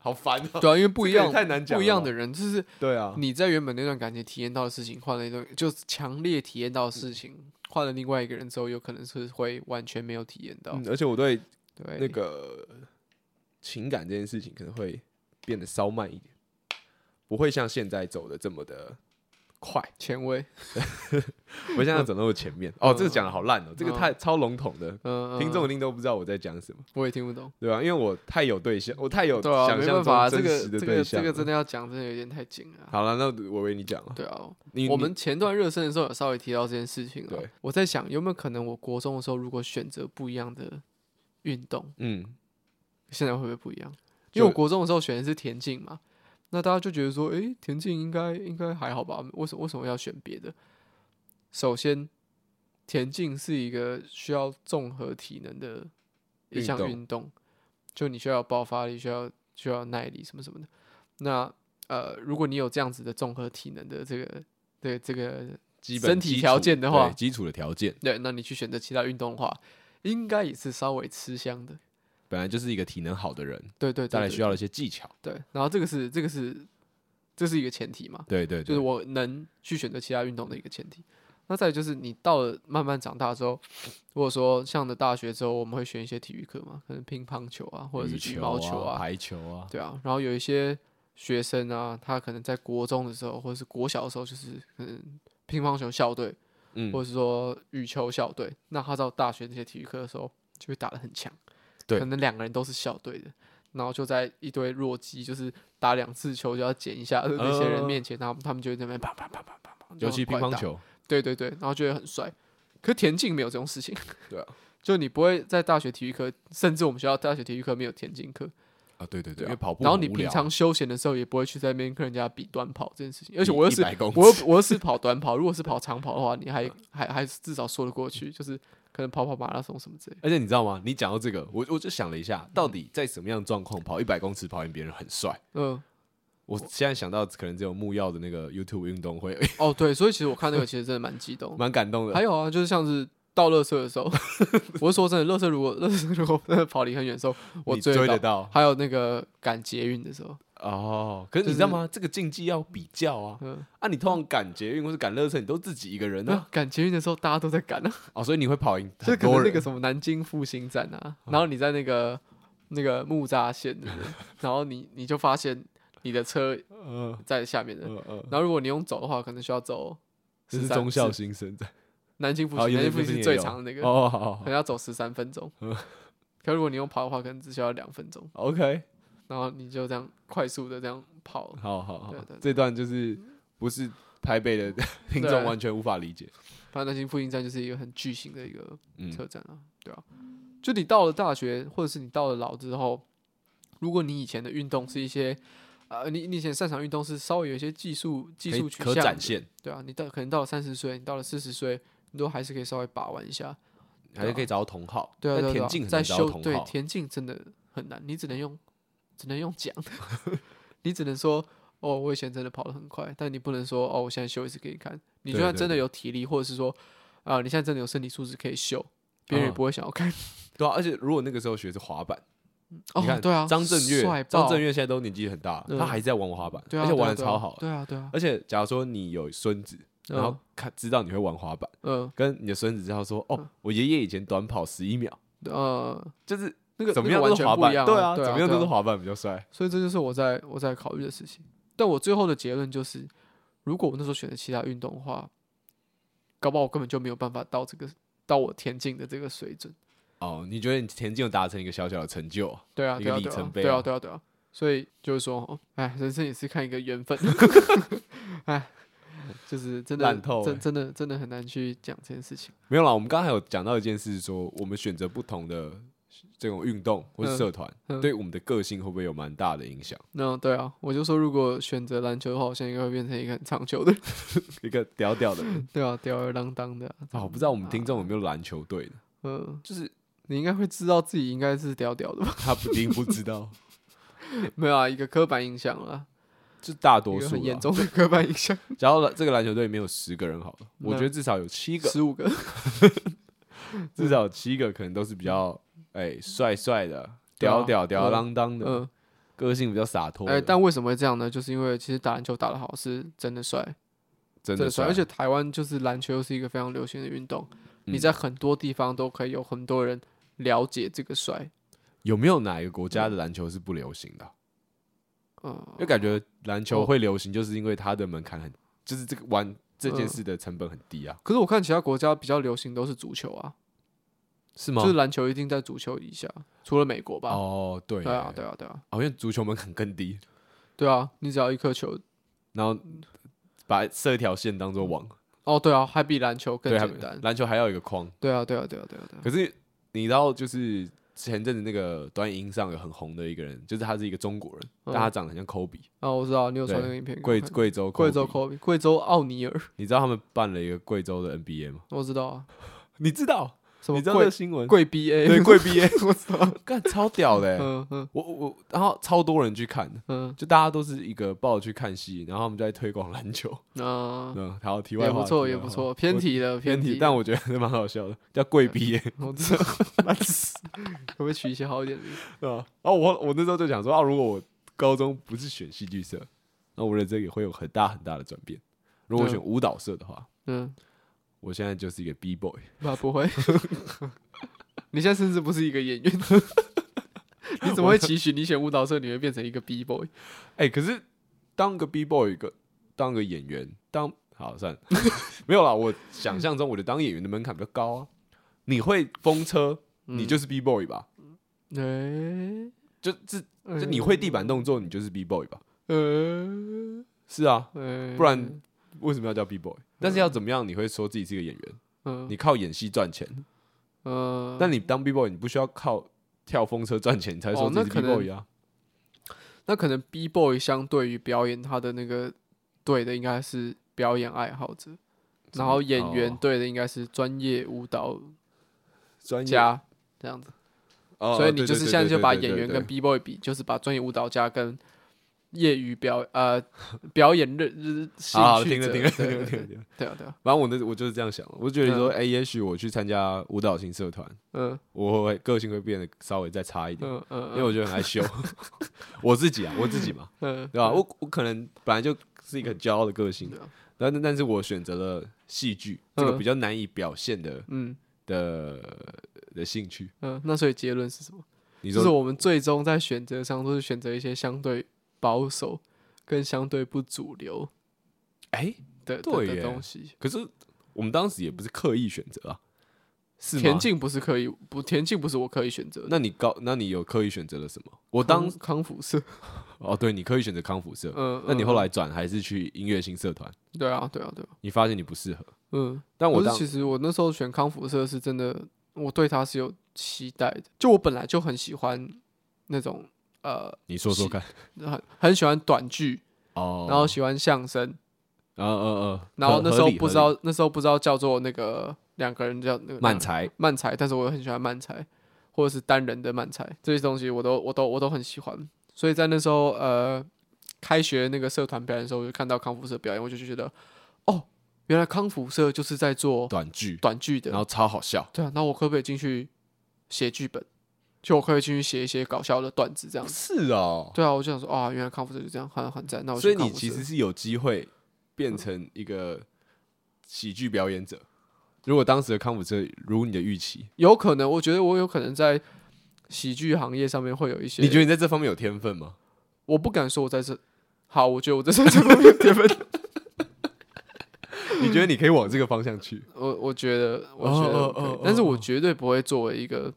[SPEAKER 2] 好烦 哦、
[SPEAKER 1] 对啊，因为不一
[SPEAKER 2] 这个也
[SPEAKER 1] 样，
[SPEAKER 2] 太难讲了吧
[SPEAKER 1] 不一样的人，就是
[SPEAKER 2] 对啊，
[SPEAKER 1] 你在原本那段感情体验到的事情，换了一段，就是强烈体验到的
[SPEAKER 2] 嗯
[SPEAKER 1] 事情，换了另外一个人之后，有可能是会完全没有体验到
[SPEAKER 2] 嗯，，而且我对
[SPEAKER 1] 对，
[SPEAKER 2] 那个情感这件事情可能会变得稍慢一点，不会像现在走的这么的快，
[SPEAKER 1] 前卫，
[SPEAKER 2] 不会像他走那么前面。哦，这个讲的好烂哦，这个太超笼统的，
[SPEAKER 1] 嗯，嗯
[SPEAKER 2] 听众一定都不知道我在讲什么，
[SPEAKER 1] 我也听不懂，
[SPEAKER 2] 对啊吧、因为我太有对象，我太有
[SPEAKER 1] 对啊，
[SPEAKER 2] 想
[SPEAKER 1] 没
[SPEAKER 2] 象
[SPEAKER 1] 办法啊，
[SPEAKER 2] 中
[SPEAKER 1] 这
[SPEAKER 2] 真
[SPEAKER 1] 个
[SPEAKER 2] 实的
[SPEAKER 1] 这
[SPEAKER 2] 对
[SPEAKER 1] 个
[SPEAKER 2] 象啊
[SPEAKER 1] 这
[SPEAKER 2] 了。
[SPEAKER 1] 个真的要讲，真的有点太紧了啊。
[SPEAKER 2] 好了，那我为你讲了。
[SPEAKER 1] 对啊，
[SPEAKER 2] 你
[SPEAKER 1] 我
[SPEAKER 2] 你
[SPEAKER 1] 们前段热身的时候有稍微提到这件事情啊
[SPEAKER 2] 对。
[SPEAKER 1] 我在想，有没有可能我国中的时候如果选择不一样的运动，
[SPEAKER 2] 嗯，
[SPEAKER 1] 现在会不会不一样？因
[SPEAKER 2] 就
[SPEAKER 1] 为我国中的时候选的是田径嘛，那大家就觉得说，诶、田径应该应该还好吧？为什么为什么要选别的？首先，田径是一个需要综合体能的一
[SPEAKER 2] 运
[SPEAKER 1] 项
[SPEAKER 2] 动
[SPEAKER 1] 运动，就你需要有爆发力，需要需要耐力什么什么的。那呃，如果你有这样子的综合体能的这个对这个
[SPEAKER 2] 基本
[SPEAKER 1] 身体
[SPEAKER 2] 基础
[SPEAKER 1] 条件的话
[SPEAKER 2] 对基础的条件
[SPEAKER 1] 对，那你去选择其他运动的话，应该也是稍微吃香的。
[SPEAKER 2] 本来就是一个体能好的人，
[SPEAKER 1] 对对对
[SPEAKER 2] 再来
[SPEAKER 1] 对
[SPEAKER 2] 需要一些技巧。
[SPEAKER 1] 对，然后这个是这个是这是一个前提嘛，
[SPEAKER 2] 对对
[SPEAKER 1] 就
[SPEAKER 2] 对
[SPEAKER 1] 是，我能去选择其他运动的一个前提。那再来就是你到了慢慢长大之后，如果说上了大学之后，我们会选一些体育课嘛，可能乒乓球啊，或者
[SPEAKER 2] 羽
[SPEAKER 1] 是羽毛球啊，
[SPEAKER 2] 排球啊，
[SPEAKER 1] 对啊。然后有一些学生啊，他可能在国中的时候，或者是国小的时候，就是可能乒乓球校队，
[SPEAKER 2] 嗯，
[SPEAKER 1] 或者是说羽球校队，那他到大学这些体育课的时候就会打得很强，
[SPEAKER 2] 对
[SPEAKER 1] 可能两个人都是校队的，然后就在一堆弱鸡，就是打两次球就要捡一下的那些人
[SPEAKER 2] 呃
[SPEAKER 1] 面前，然后他们就会在那边啪啪啪啪啪啪，
[SPEAKER 2] 尤其
[SPEAKER 1] 就
[SPEAKER 2] 乒
[SPEAKER 1] 很快
[SPEAKER 2] 乓
[SPEAKER 1] 打，
[SPEAKER 2] 球，
[SPEAKER 1] 对对对，然后觉得很帅。可田径没有这种事情，
[SPEAKER 2] 对啊，
[SPEAKER 1] 就你不会在大学体育课，甚至我们学校大学体育课没有田径课，
[SPEAKER 2] 啊，对对对，
[SPEAKER 1] 对啊
[SPEAKER 2] 因为跑步
[SPEAKER 1] 然后
[SPEAKER 2] 很
[SPEAKER 1] 你
[SPEAKER 2] 无
[SPEAKER 1] 平
[SPEAKER 2] 聊
[SPEAKER 1] 常休闲的时候也不会去在那边跟人家比短跑这件事情，而且
[SPEAKER 2] 比
[SPEAKER 1] 我又是
[SPEAKER 2] 100公
[SPEAKER 1] 我又
[SPEAKER 2] 尺
[SPEAKER 1] 我又是跑短跑，如果是跑长跑的话，你还还还至少说得过去，就是可能跑跑马拉松什么之类的。
[SPEAKER 2] 而且你知道吗？你讲到这个，我我就想了一下，到底在什么样的状况跑一百公尺跑赢别人很帅？
[SPEAKER 1] 嗯，
[SPEAKER 2] 我现在想到可能只有木曜的那个 YouTube 运动 会，
[SPEAKER 1] 哦对，所以其实我看那个其实真的蛮激动的。
[SPEAKER 2] 蛮感动的。
[SPEAKER 1] 还有啊，就是像是倒垃圾的时 候，我是说真的，垃圾如果垃圾如果真的跑离很远的时候，我
[SPEAKER 2] 你
[SPEAKER 1] 追
[SPEAKER 2] 追
[SPEAKER 1] 得
[SPEAKER 2] 得
[SPEAKER 1] 到。
[SPEAKER 2] 到
[SPEAKER 1] 还有那个赶捷运的时候，
[SPEAKER 2] 哦，可是
[SPEAKER 1] 就
[SPEAKER 2] 你
[SPEAKER 1] 是
[SPEAKER 2] 知道吗？这个竞技要比较啊
[SPEAKER 1] 嗯，
[SPEAKER 2] 啊！你通常赶捷运或是赶热车，你都自己一个人
[SPEAKER 1] 那
[SPEAKER 2] 啊，
[SPEAKER 1] 赶捷运的时候大家都在赶啊，
[SPEAKER 2] 哦，所以你会跑赢
[SPEAKER 1] 就是
[SPEAKER 2] 很
[SPEAKER 1] 可
[SPEAKER 2] 多
[SPEAKER 1] 能那个
[SPEAKER 2] 人。
[SPEAKER 1] 什么南京复兴站啊，然后你在那个那个木栅线的 人，然后你你就发现你的车
[SPEAKER 2] 嗯
[SPEAKER 1] 在下面的，
[SPEAKER 2] 嗯嗯，
[SPEAKER 1] 然后如果你用走的话，可能需要走
[SPEAKER 2] 这是
[SPEAKER 1] 13
[SPEAKER 2] 中校
[SPEAKER 1] 是
[SPEAKER 2] 新生在
[SPEAKER 1] 南京复
[SPEAKER 2] 哦
[SPEAKER 1] 兴，
[SPEAKER 2] 有
[SPEAKER 1] 南
[SPEAKER 2] 有
[SPEAKER 1] 京复
[SPEAKER 2] 有
[SPEAKER 1] 兴
[SPEAKER 2] 有
[SPEAKER 1] 是最
[SPEAKER 2] 有
[SPEAKER 1] 长的那个，
[SPEAKER 2] 哦，好好
[SPEAKER 1] 可
[SPEAKER 2] 好
[SPEAKER 1] 能要走十三分钟。
[SPEAKER 2] 嗯
[SPEAKER 1] 可如果你用跑的话，可能只需要两分钟，
[SPEAKER 2] ，OK，
[SPEAKER 1] 然后你就这样快速的这样跑。
[SPEAKER 2] 好好好
[SPEAKER 1] 对对，对
[SPEAKER 2] 这段就是不是台北 的听众
[SPEAKER 1] 对
[SPEAKER 2] 完全无法理解。
[SPEAKER 1] 反正南京复兴站就是一个很巨型的一个
[SPEAKER 2] 嗯，
[SPEAKER 1] 车站啊，对啊。就你到了大学，或者是你到了老之后，如果你以前的运动是一些，呃，你你以前擅长运动是稍微有一些技术技
[SPEAKER 2] 可以
[SPEAKER 1] 术取
[SPEAKER 2] 可
[SPEAKER 1] 向
[SPEAKER 2] 展
[SPEAKER 1] 的
[SPEAKER 2] 现，
[SPEAKER 1] 对啊，你到可能到了三十岁，你到了四十岁，你都还是可以稍微把玩一下。
[SPEAKER 2] 还是可以找到同好。
[SPEAKER 1] 对啊，
[SPEAKER 2] 但
[SPEAKER 1] 对啊对
[SPEAKER 2] 田
[SPEAKER 1] 啊
[SPEAKER 2] 径很
[SPEAKER 1] 在
[SPEAKER 2] 难找到
[SPEAKER 1] 修
[SPEAKER 2] 同
[SPEAKER 1] 对
[SPEAKER 2] 好。
[SPEAKER 1] 田径真的很难，你只能用 只能用讲，你只能说哦，我以前真的跑得很快，但你不能说哦，我现在秀一次给你看。你就
[SPEAKER 2] 对
[SPEAKER 1] 算
[SPEAKER 2] 对
[SPEAKER 1] 真的
[SPEAKER 2] 对
[SPEAKER 1] 有体力，或者是说啊、你现在真的有身体素质可以秀，别人也
[SPEAKER 2] 啊
[SPEAKER 1] 不会想要看。
[SPEAKER 2] 对啊，而且如果那个时候学是滑板，你
[SPEAKER 1] 哦，
[SPEAKER 2] 看
[SPEAKER 1] 对啊，
[SPEAKER 2] 张震
[SPEAKER 1] 帅
[SPEAKER 2] 岳，
[SPEAKER 1] 爆
[SPEAKER 2] 张震岳现在都年纪很大，
[SPEAKER 1] 嗯
[SPEAKER 2] 他还在玩滑板，
[SPEAKER 1] 对啊，
[SPEAKER 2] 而且
[SPEAKER 1] 对啊
[SPEAKER 2] 玩的
[SPEAKER 1] 对啊
[SPEAKER 2] 超好。
[SPEAKER 1] 对啊，对啊，
[SPEAKER 2] 而且假如说你有孙子，然后
[SPEAKER 1] 嗯
[SPEAKER 2] 看知道你会玩滑板，
[SPEAKER 1] 呃
[SPEAKER 2] 跟你的孙子知道说，哦
[SPEAKER 1] 嗯，
[SPEAKER 2] 我爷爷以前短跑十一秒，
[SPEAKER 1] 呃，
[SPEAKER 2] 就是
[SPEAKER 1] 那个
[SPEAKER 2] 怎么
[SPEAKER 1] 那
[SPEAKER 2] 样
[SPEAKER 1] 个
[SPEAKER 2] 都是
[SPEAKER 1] 完全
[SPEAKER 2] 滑
[SPEAKER 1] 不
[SPEAKER 2] 板，
[SPEAKER 1] 一样
[SPEAKER 2] 对
[SPEAKER 1] 啊，对
[SPEAKER 2] 怎么样都
[SPEAKER 1] 对
[SPEAKER 2] 是
[SPEAKER 1] 啊
[SPEAKER 2] 滑板比较帅。
[SPEAKER 1] 所以这就是我在我在考虑的事情。但我最后的结论就是，如果我那时候选择其他运动的话，搞不好我根本就没有办法到这个到我田径的这个水准。
[SPEAKER 2] 哦，你觉得你田径有达成一个小小的成就？
[SPEAKER 1] 对啊，
[SPEAKER 2] 一
[SPEAKER 1] 对
[SPEAKER 2] 个
[SPEAKER 1] 啊，
[SPEAKER 2] 里
[SPEAKER 1] 对啊
[SPEAKER 2] 程，碑
[SPEAKER 1] 对啊，
[SPEAKER 2] 啊
[SPEAKER 1] 对啊，对啊。所以就是说，哎，人生也是看一个缘 分，哎，就是真的
[SPEAKER 2] 烂透
[SPEAKER 1] 真
[SPEAKER 2] 欸
[SPEAKER 1] 真的真的很难去讲这件事情。
[SPEAKER 2] 没有啦，我们刚才有讲到一件事说我们选择不同的这种运动或是
[SPEAKER 1] 嗯
[SPEAKER 2] 社团，
[SPEAKER 1] 嗯
[SPEAKER 2] 对我们的个性会不会有蛮大的影响？
[SPEAKER 1] 那对啊，我就说如果选择篮球的话，我现在应该会变成一个很长球的人，
[SPEAKER 2] 一个屌屌的人
[SPEAKER 1] 对啊，吊儿郎当的、啊。
[SPEAKER 2] 啊，我不知道我们听众有没有篮球队的，
[SPEAKER 1] 嗯，
[SPEAKER 2] 就是
[SPEAKER 1] 你应该会知道自己应该是屌屌的吧？
[SPEAKER 2] 他不一定不知道，
[SPEAKER 1] 没有啊，一个刻板印象啦，
[SPEAKER 2] 就大
[SPEAKER 1] 一
[SPEAKER 2] 多
[SPEAKER 1] 个
[SPEAKER 2] 数
[SPEAKER 1] 很严
[SPEAKER 2] 啦。
[SPEAKER 1] 重的刻板 印象。
[SPEAKER 2] 假如这个篮球队里面有十个人好了，我
[SPEAKER 1] 那
[SPEAKER 2] 觉得至少有七个，
[SPEAKER 1] 十五个，
[SPEAKER 2] 至少有七个可能都是比较哎帅帅的、
[SPEAKER 1] 对啊
[SPEAKER 2] 屌屌吊儿
[SPEAKER 1] 嗯
[SPEAKER 2] 郎当的，
[SPEAKER 1] 嗯，
[SPEAKER 2] 个性比较洒脱
[SPEAKER 1] 哎、
[SPEAKER 2] 的，
[SPEAKER 1] 但为什么会这样呢？就是因为其实打篮球打得好是真的帅，
[SPEAKER 2] 真
[SPEAKER 1] 真
[SPEAKER 2] 的
[SPEAKER 1] 的帅，而且台湾就是篮球又是一个非常流行的运动，你
[SPEAKER 2] 嗯
[SPEAKER 1] 在很多地方都可以有很多人了解这个帅。
[SPEAKER 2] 有没有哪一个国家的篮球是不流行的啊？
[SPEAKER 1] 嗯，
[SPEAKER 2] 就感觉篮球
[SPEAKER 1] 哦
[SPEAKER 2] 会流行，就是因为它的门槛很，就是这个玩这
[SPEAKER 1] 嗯
[SPEAKER 2] 件事的成本很低啊，
[SPEAKER 1] 可是我看其他国家比较流行都是足球啊，
[SPEAKER 2] 是吗
[SPEAKER 1] 就是篮球一定在足球以下，除了美国吧。
[SPEAKER 2] 嗯哦，对，
[SPEAKER 1] 对啊，对啊，对啊，
[SPEAKER 2] 好像足球门槛更低，
[SPEAKER 1] 对啊，你只要一颗球，
[SPEAKER 2] 然后把设一条线当做网，
[SPEAKER 1] 哦，对啊，还比篮球更
[SPEAKER 2] 对，还
[SPEAKER 1] 简单。
[SPEAKER 2] 篮球还要有一个框。
[SPEAKER 1] 对啊，对啊，对啊，对啊，对啊。
[SPEAKER 2] 可是你知道，就是前阵子那个短影音上有很红的一个人，就是他是一个中国人，
[SPEAKER 1] 嗯
[SPEAKER 2] 但他长得很像科比，
[SPEAKER 1] 啊，我知道你有传
[SPEAKER 2] 对
[SPEAKER 1] 那个影片给我
[SPEAKER 2] 贵
[SPEAKER 1] 看，
[SPEAKER 2] 贵州
[SPEAKER 1] 贵州
[SPEAKER 2] 科比，
[SPEAKER 1] 科比，贵州奥尼尔，
[SPEAKER 2] 你知道他们办了一个贵州的 NBA 吗？
[SPEAKER 1] 我知道啊，
[SPEAKER 2] 你知道？
[SPEAKER 1] 什么
[SPEAKER 2] 你知道这
[SPEAKER 1] 贵
[SPEAKER 2] 个新闻？
[SPEAKER 1] 贵 BA，
[SPEAKER 2] 对贵 BA，
[SPEAKER 1] 我知 道，
[SPEAKER 2] 干超 屌的欸、
[SPEAKER 1] 嗯嗯
[SPEAKER 2] 我我然后超多人去看，
[SPEAKER 1] 嗯，
[SPEAKER 2] 就大家都是一个抱着去看戏，然后他们就在推广篮球。
[SPEAKER 1] 那
[SPEAKER 2] 嗯，好，题外
[SPEAKER 1] 啊也
[SPEAKER 2] 话
[SPEAKER 1] 不错，
[SPEAKER 2] 题
[SPEAKER 1] 也
[SPEAKER 2] 外
[SPEAKER 1] 不
[SPEAKER 2] 话
[SPEAKER 1] 错，偏
[SPEAKER 2] 我
[SPEAKER 1] 题了，
[SPEAKER 2] 偏
[SPEAKER 1] 题
[SPEAKER 2] 题，
[SPEAKER 1] 了，
[SPEAKER 2] 但我觉得还蛮好笑的，叫贵逼 耶，
[SPEAKER 1] 我知道， 烂死可不可以取一些好一点的名字？
[SPEAKER 2] 对吧？然后我我那时候就想说啊，如果我高中不是选戏剧社，那我人生也会有很大很大的转变。如果我
[SPEAKER 1] 嗯
[SPEAKER 2] 选舞蹈社的话，
[SPEAKER 1] 嗯，
[SPEAKER 2] 我现在就是一个 B boy，
[SPEAKER 1] 那不会， 你现在甚至不是一个演员， 你怎么会期许你选舞蹈社你会变成一个 B boy？
[SPEAKER 2] 哎、可是当个 B boy，一个当个演员，当好算了， 没有啦。我想象中我的当演员的门槛比较高啊。你会风车，你就是 B boy 吧？
[SPEAKER 1] 嗯哎，
[SPEAKER 2] 就这就你会地板动作，你就是 B boy 吧？
[SPEAKER 1] 哎呃，
[SPEAKER 2] 是啊，
[SPEAKER 1] 呃，
[SPEAKER 2] 不然为什么要叫 B boy？但是要怎么样？你会说自己是一个演员，
[SPEAKER 1] 嗯
[SPEAKER 2] 你靠演戏赚钱，
[SPEAKER 1] 呃，
[SPEAKER 2] 但你当 B boy，你不需要靠跳风车赚钱才说
[SPEAKER 1] 哦
[SPEAKER 2] 自
[SPEAKER 1] 那
[SPEAKER 2] 己是
[SPEAKER 1] 可
[SPEAKER 2] B
[SPEAKER 1] 能
[SPEAKER 2] boy 啊。
[SPEAKER 1] 那可能 B boy 相对于表演，他的那个对的应该是表演爱好者，然后演员
[SPEAKER 2] 哦
[SPEAKER 1] 对的应该是专业舞蹈
[SPEAKER 2] 专业，
[SPEAKER 1] 家这样子。
[SPEAKER 2] 哦
[SPEAKER 1] 所以
[SPEAKER 2] 对
[SPEAKER 1] 你就是
[SPEAKER 2] 对
[SPEAKER 1] 现在
[SPEAKER 2] 对
[SPEAKER 1] 就
[SPEAKER 2] 对
[SPEAKER 1] 把
[SPEAKER 2] 对
[SPEAKER 1] 演员
[SPEAKER 2] 对
[SPEAKER 1] 跟
[SPEAKER 2] 对
[SPEAKER 1] B boy 比，就是把专业舞蹈家跟业余表呃表演热热 兴
[SPEAKER 2] 好，
[SPEAKER 1] 趣
[SPEAKER 2] 停了
[SPEAKER 1] 者，
[SPEAKER 2] 停了
[SPEAKER 1] 对
[SPEAKER 2] 停了
[SPEAKER 1] 对
[SPEAKER 2] 停了
[SPEAKER 1] 对
[SPEAKER 2] 停了。
[SPEAKER 1] 对啊对啊，
[SPEAKER 2] 反正我那我就是这样想，我就觉得说，哎、也许我去参加舞蹈型社团，
[SPEAKER 1] 嗯
[SPEAKER 2] 我会个性会变得稍微再差一点，
[SPEAKER 1] 嗯嗯，
[SPEAKER 2] 因为我觉得很爱秀，我自己啊，我自己嘛，
[SPEAKER 1] 嗯
[SPEAKER 2] 对吧、我我可能本来就是一个很骄傲的个性
[SPEAKER 1] 对啊，
[SPEAKER 2] 但但但是我选择了戏剧这个
[SPEAKER 1] 嗯
[SPEAKER 2] 比较难以表现的
[SPEAKER 1] 嗯
[SPEAKER 2] 的的兴趣。
[SPEAKER 1] 嗯，那所以结论是什么？
[SPEAKER 2] 你
[SPEAKER 1] 就是
[SPEAKER 2] 说
[SPEAKER 1] 我们最终在选择上都是选择一些相对保守跟相对不主流
[SPEAKER 2] 哎、
[SPEAKER 1] 的的
[SPEAKER 2] 对
[SPEAKER 1] 的
[SPEAKER 2] 耶
[SPEAKER 1] 东西。
[SPEAKER 2] 可是我们当时也不是刻意选择啊，是吗
[SPEAKER 1] 田？径不是可以不田径不是我可以选择的，
[SPEAKER 2] 那你高，那你有刻意选择了什么？我
[SPEAKER 1] 我
[SPEAKER 2] 当
[SPEAKER 1] 康 复社，
[SPEAKER 2] 哦，对你刻意选择康复社，
[SPEAKER 1] 嗯，
[SPEAKER 2] 那你
[SPEAKER 1] 嗯
[SPEAKER 2] 后来转还是去音乐性社团？
[SPEAKER 1] 对啊对啊对啊，
[SPEAKER 2] 你发现你不适合。
[SPEAKER 1] 嗯，
[SPEAKER 2] 但我
[SPEAKER 1] 可
[SPEAKER 2] 当
[SPEAKER 1] 是其实我那时候选康复社是真的，我对他是有期待的，就我本来就很喜欢那种呃
[SPEAKER 2] 你说说看
[SPEAKER 1] 很很喜欢短剧，
[SPEAKER 2] 哦
[SPEAKER 1] 然后喜欢相声，
[SPEAKER 2] 嗯嗯嗯，
[SPEAKER 1] 然后
[SPEAKER 2] 合
[SPEAKER 1] 那时候
[SPEAKER 2] 合理
[SPEAKER 1] 不知
[SPEAKER 2] 合
[SPEAKER 1] 道那时候不知道叫做那个两个人叫那个
[SPEAKER 2] 理漫才
[SPEAKER 1] 漫才，但是我很喜欢漫才，或者是单人的漫才，这些东西我都我都我都很喜欢。所以在那时候呃，开学那个社团表演的时候，我就看到康复社表演，我就觉得哦，原来康复社就是在做
[SPEAKER 2] 短剧，
[SPEAKER 1] 短剧的
[SPEAKER 2] 然，后超好笑，
[SPEAKER 1] 对啊，那我可不可以进去写剧本，就我可以去写一些搞笑的段子这样子。
[SPEAKER 2] 是哦，
[SPEAKER 1] 对啊，我就想说啊，原来康复社就这样，很很赞。那我
[SPEAKER 2] 所以
[SPEAKER 1] 去康
[SPEAKER 2] 你
[SPEAKER 1] 复
[SPEAKER 2] 其
[SPEAKER 1] 社
[SPEAKER 2] 实是有机会变成一个喜剧表演
[SPEAKER 1] 嗯
[SPEAKER 2] 者。如果当时的康复车如你的预期，
[SPEAKER 1] 有可能，我觉得我有可能在喜剧行业上面会有一些。
[SPEAKER 2] 你觉得你在这方面有天分吗？
[SPEAKER 1] 我不敢说我在这好，我觉得我在这方面有天分。
[SPEAKER 2] 你觉得你可以往这个方向去？
[SPEAKER 1] 我我觉得，我觉得
[SPEAKER 2] 哦
[SPEAKER 1] 我可以
[SPEAKER 2] 哦哦
[SPEAKER 1] 但是
[SPEAKER 2] 哦
[SPEAKER 1] 我
[SPEAKER 2] 哦
[SPEAKER 1] 绝对不会作为一个，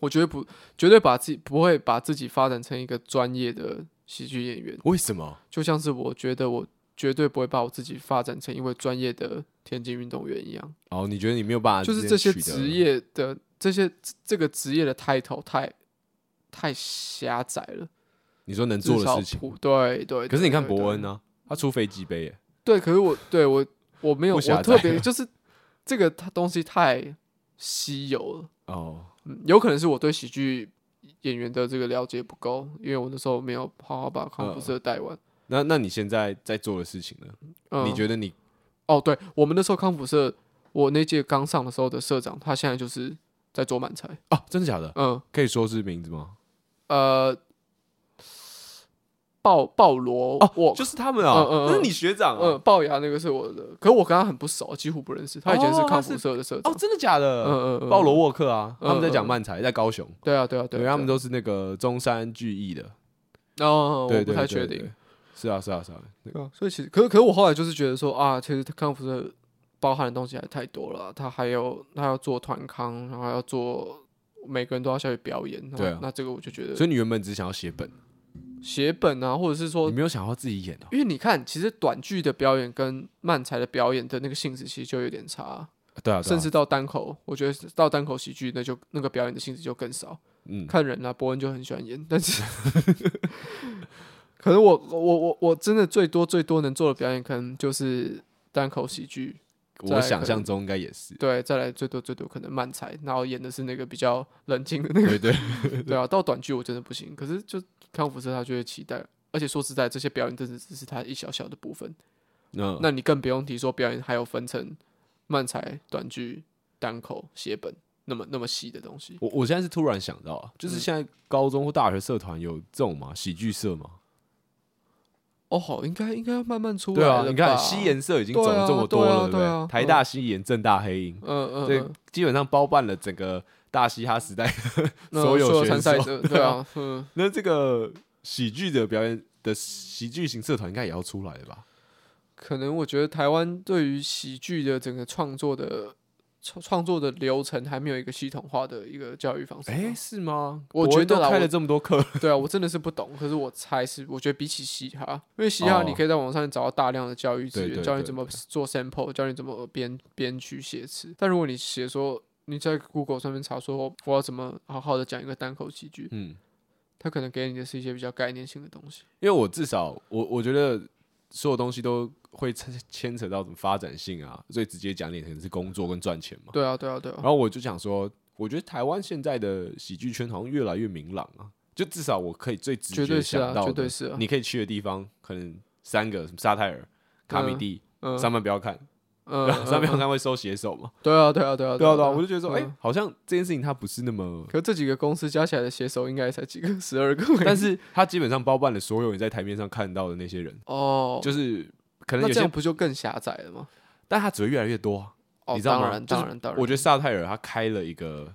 [SPEAKER 1] 我绝对不绝对把自己不会把自己发展成一个专业的喜剧演员，
[SPEAKER 2] 为什么？
[SPEAKER 1] 就像是我觉得我绝对不会把我自己发展成一位专业的田径运动员一样，
[SPEAKER 2] 哦，你觉得你没有办法，
[SPEAKER 1] 就是这些职，业的这些这个职业的 title 太太狭窄了，
[SPEAKER 2] 你说能
[SPEAKER 1] 至
[SPEAKER 2] 做的
[SPEAKER 1] 少
[SPEAKER 2] 事情。
[SPEAKER 1] 普对对。
[SPEAKER 2] 可是你
[SPEAKER 1] 对
[SPEAKER 2] 看
[SPEAKER 1] 对
[SPEAKER 2] 伯
[SPEAKER 1] 对
[SPEAKER 2] 恩啊呢、他出飞机杯耶，
[SPEAKER 1] 对，可是我对我我没有，
[SPEAKER 2] 不狭
[SPEAKER 1] 我特
[SPEAKER 2] 窄啊
[SPEAKER 1] 别就是这个它东西太稀有了，
[SPEAKER 2] 哦，
[SPEAKER 1] 嗯，有可能是我对喜剧演员的这个了解不够，因为我那时候没有好好把康
[SPEAKER 2] 嗯
[SPEAKER 1] 复社带完。
[SPEAKER 2] 那那你现在在做的事情呢？
[SPEAKER 1] 嗯，
[SPEAKER 2] 你觉得你
[SPEAKER 1] 哦，对我们那时候康复社，我那届刚上的时候的社长，他现在就是在做满才。
[SPEAKER 2] 哦，真的假的？
[SPEAKER 1] 嗯，
[SPEAKER 2] 可以说是名字吗？
[SPEAKER 1] 呃，鲍鲍罗
[SPEAKER 2] 哦，
[SPEAKER 1] 我
[SPEAKER 2] 就是他们
[SPEAKER 1] 嗯嗯
[SPEAKER 2] 啊，
[SPEAKER 1] 嗯
[SPEAKER 2] 那是你学长
[SPEAKER 1] 嗯
[SPEAKER 2] 啊？
[SPEAKER 1] 龅牙那个是我的，可我跟他很不熟，几乎不认识。他以前是
[SPEAKER 2] 哦他
[SPEAKER 1] 康复
[SPEAKER 2] 是
[SPEAKER 1] 社的社长。
[SPEAKER 2] 哦，真的假
[SPEAKER 1] 嗯
[SPEAKER 2] 的？
[SPEAKER 1] 嗯嗯，
[SPEAKER 2] 鲍罗沃克啊，
[SPEAKER 1] 嗯
[SPEAKER 2] 他们在
[SPEAKER 1] 嗯
[SPEAKER 2] 讲
[SPEAKER 1] 嗯
[SPEAKER 2] 漫才，在高雄，
[SPEAKER 1] 对啊对啊
[SPEAKER 2] 对，
[SPEAKER 1] 对啊，对啊
[SPEAKER 2] 他们都是那个中山聚义的，
[SPEAKER 1] 哦，
[SPEAKER 2] 对
[SPEAKER 1] 我不
[SPEAKER 2] 对，
[SPEAKER 1] 太
[SPEAKER 2] 对
[SPEAKER 1] 确。定
[SPEAKER 2] 对。是啊，是啊，是啊，那个
[SPEAKER 1] 对啊，所以其实，可是可是我后来就是觉得说啊，其实康复社包含的东西还太多了，啊他还有他要做团康，然后要做每个人都要下去表演，那
[SPEAKER 2] 对啊
[SPEAKER 1] 那这个我就觉得
[SPEAKER 2] 所以你原本只想要写本，
[SPEAKER 1] 写本啊，或者是说
[SPEAKER 2] 你，没有想要自己演啊？
[SPEAKER 1] 因为你看，其实短剧的表演跟漫才的表演的那个性质其实就有点差啊，
[SPEAKER 2] 对啊，对啊
[SPEAKER 1] 甚至到单口，我觉得到单口喜剧那就那个表演的性质就更少，
[SPEAKER 2] 嗯，
[SPEAKER 1] 看人啊，伯恩就很喜欢演，但是可能我我我我真的最多最多能做的表演，可能就是单口喜剧，
[SPEAKER 2] 我想象中应该也 是，
[SPEAKER 1] 对，再来最多最多可能漫才，然后演的是那个比较冷静的那个，
[SPEAKER 2] 对对，
[SPEAKER 1] 对啊，到短剧我真的不行，可是就康复社他就会期待。而且说实在，这些表演真的只是他一小小的部分，
[SPEAKER 2] 嗯，
[SPEAKER 1] 那你更不用提说表演还有分成漫才、短剧、单口、写本那么那么细的东西。
[SPEAKER 2] 我我现在是突然想到啊，就是
[SPEAKER 1] 嗯
[SPEAKER 2] 现在高中或大学社团有这种吗？喜剧社吗？
[SPEAKER 1] 哦，好，应该应该要慢慢出来
[SPEAKER 2] 对啊，
[SPEAKER 1] 了
[SPEAKER 2] 你看
[SPEAKER 1] 吧
[SPEAKER 2] 西研社已经走了这么多
[SPEAKER 1] 对啊
[SPEAKER 2] 了，
[SPEAKER 1] 对啊
[SPEAKER 2] 不
[SPEAKER 1] 对啊
[SPEAKER 2] 台大西研、正大黑银，
[SPEAKER 1] 嗯嗯，
[SPEAKER 2] 这
[SPEAKER 1] 嗯
[SPEAKER 2] 基本上包办了整个大嘻哈时代
[SPEAKER 1] 那
[SPEAKER 2] 所有选
[SPEAKER 1] 参赛
[SPEAKER 2] 手。
[SPEAKER 1] 者，对啊，嗯，
[SPEAKER 2] 那这个喜剧的表演的喜剧型社团应该也要出来了吧？
[SPEAKER 1] 可能我觉得台湾对于喜剧的整个创作的创创作的流程还没有一个系统化的一个教育方式啊。
[SPEAKER 2] 哎，是吗？
[SPEAKER 1] 我觉得
[SPEAKER 2] 国外都开
[SPEAKER 1] 啦我
[SPEAKER 2] 了这么多课，
[SPEAKER 1] 对啊，我真的是不懂，可是我猜是，我觉得比起嘻哈，因为嘻哈
[SPEAKER 2] 哦
[SPEAKER 1] 你可以在网上找到大量的教育资源，
[SPEAKER 2] 对对
[SPEAKER 1] 教你
[SPEAKER 2] 对
[SPEAKER 1] 怎么做 sample，教你怎么编编曲写词。但如果你写说你在 Google 上面查说我要怎么好好的讲一个单口喜剧，
[SPEAKER 2] 嗯，
[SPEAKER 1] 它可能给你的是一些比较概念性的东西。
[SPEAKER 2] 因为我至少我我觉得所有东西都会牵牵扯到什么发展性啊，所以直接讲点可能是工作跟赚钱嘛。
[SPEAKER 1] 对啊，对啊，对啊
[SPEAKER 2] 然。后我就想说，我觉得台湾现在的喜剧圈好像越来越明朗啊，就至少我可以最直
[SPEAKER 1] 绝对
[SPEAKER 2] 觉
[SPEAKER 1] 是啊
[SPEAKER 2] 想到的，
[SPEAKER 1] 绝对是啊
[SPEAKER 2] 你可以去的地方可能三个，什么沙泰尔、卡米蒂、
[SPEAKER 1] 嗯，
[SPEAKER 2] 三万不要看，
[SPEAKER 1] 嗯，
[SPEAKER 2] 然后三万不要
[SPEAKER 1] 嗯
[SPEAKER 2] 看会收写手嘛？
[SPEAKER 1] 对啊，对啊，对啊，
[SPEAKER 2] 对啊对啊，我就觉得说，哎、
[SPEAKER 1] 嗯
[SPEAKER 2] 好像这件事情它不是那 么，
[SPEAKER 1] 可这几个公司加起来的写手应该才几个，十二个。
[SPEAKER 2] 但是它基本上包办了所有你在台面上看到的那些人，
[SPEAKER 1] 哦，
[SPEAKER 2] 就是可能有
[SPEAKER 1] 那这
[SPEAKER 2] 些
[SPEAKER 1] 样，不就更狭窄了吗？
[SPEAKER 2] 但它只会越来越多、啊。
[SPEAKER 1] 哦，
[SPEAKER 2] 你知道吗
[SPEAKER 1] 当然，
[SPEAKER 2] 就是
[SPEAKER 1] 当然，当然。
[SPEAKER 2] 我觉得沙泰尔他开了一个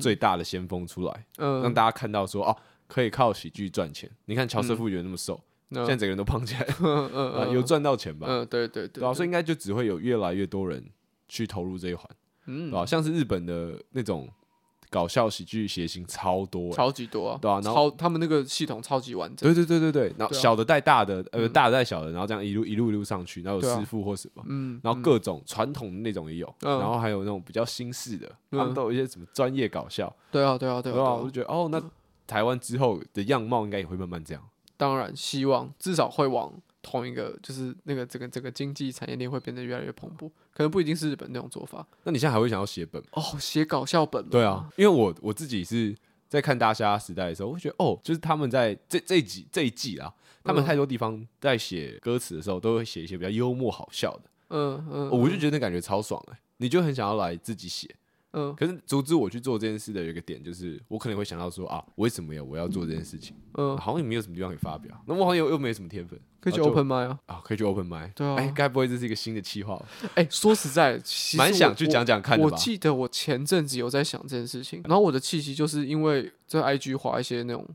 [SPEAKER 2] 最大的先锋出来，
[SPEAKER 1] 嗯，
[SPEAKER 2] 让大家看到说，哦，可以靠喜剧赚钱。你看乔瑟夫原那么瘦。
[SPEAKER 1] 那
[SPEAKER 2] 现在整个人都胖起来，
[SPEAKER 1] 嗯嗯
[SPEAKER 2] 啊，
[SPEAKER 1] 嗯
[SPEAKER 2] 有赚到钱吧？
[SPEAKER 1] 嗯，对对对
[SPEAKER 2] 对啊，所以
[SPEAKER 1] 以
[SPEAKER 2] 应该就只会有越来越多人去投入这一环，
[SPEAKER 1] 嗯
[SPEAKER 2] 对，啊吧？像是日本的那种搞笑喜剧谐星超多欸，
[SPEAKER 1] 超级多啊，
[SPEAKER 2] 对啊然
[SPEAKER 1] 超他们那个系统超级完整。
[SPEAKER 2] 对对对对对，然后
[SPEAKER 1] 对啊
[SPEAKER 2] 小的带大的，呃，
[SPEAKER 1] 嗯
[SPEAKER 2] 大的带小的，然后这样一路一路一路上去，然后
[SPEAKER 1] 对啊
[SPEAKER 2] 有师傅或什么，
[SPEAKER 1] 嗯，
[SPEAKER 2] 然后
[SPEAKER 1] 嗯
[SPEAKER 2] 各种传统的那种也有，
[SPEAKER 1] 嗯
[SPEAKER 2] 然后还有那种比较新式的，
[SPEAKER 1] 嗯
[SPEAKER 2] 他们都有一些什么专业搞笑，
[SPEAKER 1] 对啊对啊对啊
[SPEAKER 2] 对吧？我
[SPEAKER 1] 对
[SPEAKER 2] 就
[SPEAKER 1] 啊，
[SPEAKER 2] 觉得哦，那台湾之后的样貌应该也会慢慢这样，
[SPEAKER 1] 当然希望至少会往同一个就是那个整个整个经济产业链会变得越来越蓬勃，可能不一定是日本那种做法
[SPEAKER 2] 那你现在还会想要写本吗？
[SPEAKER 1] 哦，写搞笑本嘛
[SPEAKER 2] 对啊，，因为我我自己是在看《大虾时代》的时候，我会觉得哦，就是他们在这这一集这一季啊，他们
[SPEAKER 1] 嗯
[SPEAKER 2] 太多地方在写歌词的时候，都会写一些比较幽默好笑的，
[SPEAKER 1] 嗯嗯，
[SPEAKER 2] 我
[SPEAKER 1] 嗯
[SPEAKER 2] 欸就觉得那感觉超爽哎、你就很想要来自己写，
[SPEAKER 1] 嗯
[SPEAKER 2] 可是阻止我去做这件事的有一个点，就是我可能会想到说啊，为什么呀？我要做这件事情，
[SPEAKER 1] 嗯，
[SPEAKER 2] 好像也没有什么地方可以发表，那我好像又又没什么天分，
[SPEAKER 1] 可以去
[SPEAKER 2] 然后就
[SPEAKER 1] open m i 啊。
[SPEAKER 2] 啊，可以去 open m i
[SPEAKER 1] 对啊
[SPEAKER 2] 哎，该不会这是一个新的计划吧？
[SPEAKER 1] 哎，说实在，其实
[SPEAKER 2] 蛮想
[SPEAKER 1] 我
[SPEAKER 2] 去讲讲看的
[SPEAKER 1] 我
[SPEAKER 2] 吧。
[SPEAKER 1] 记得我前阵子有在想这件事情，然后我的契机就是因为在 IG 划一些那种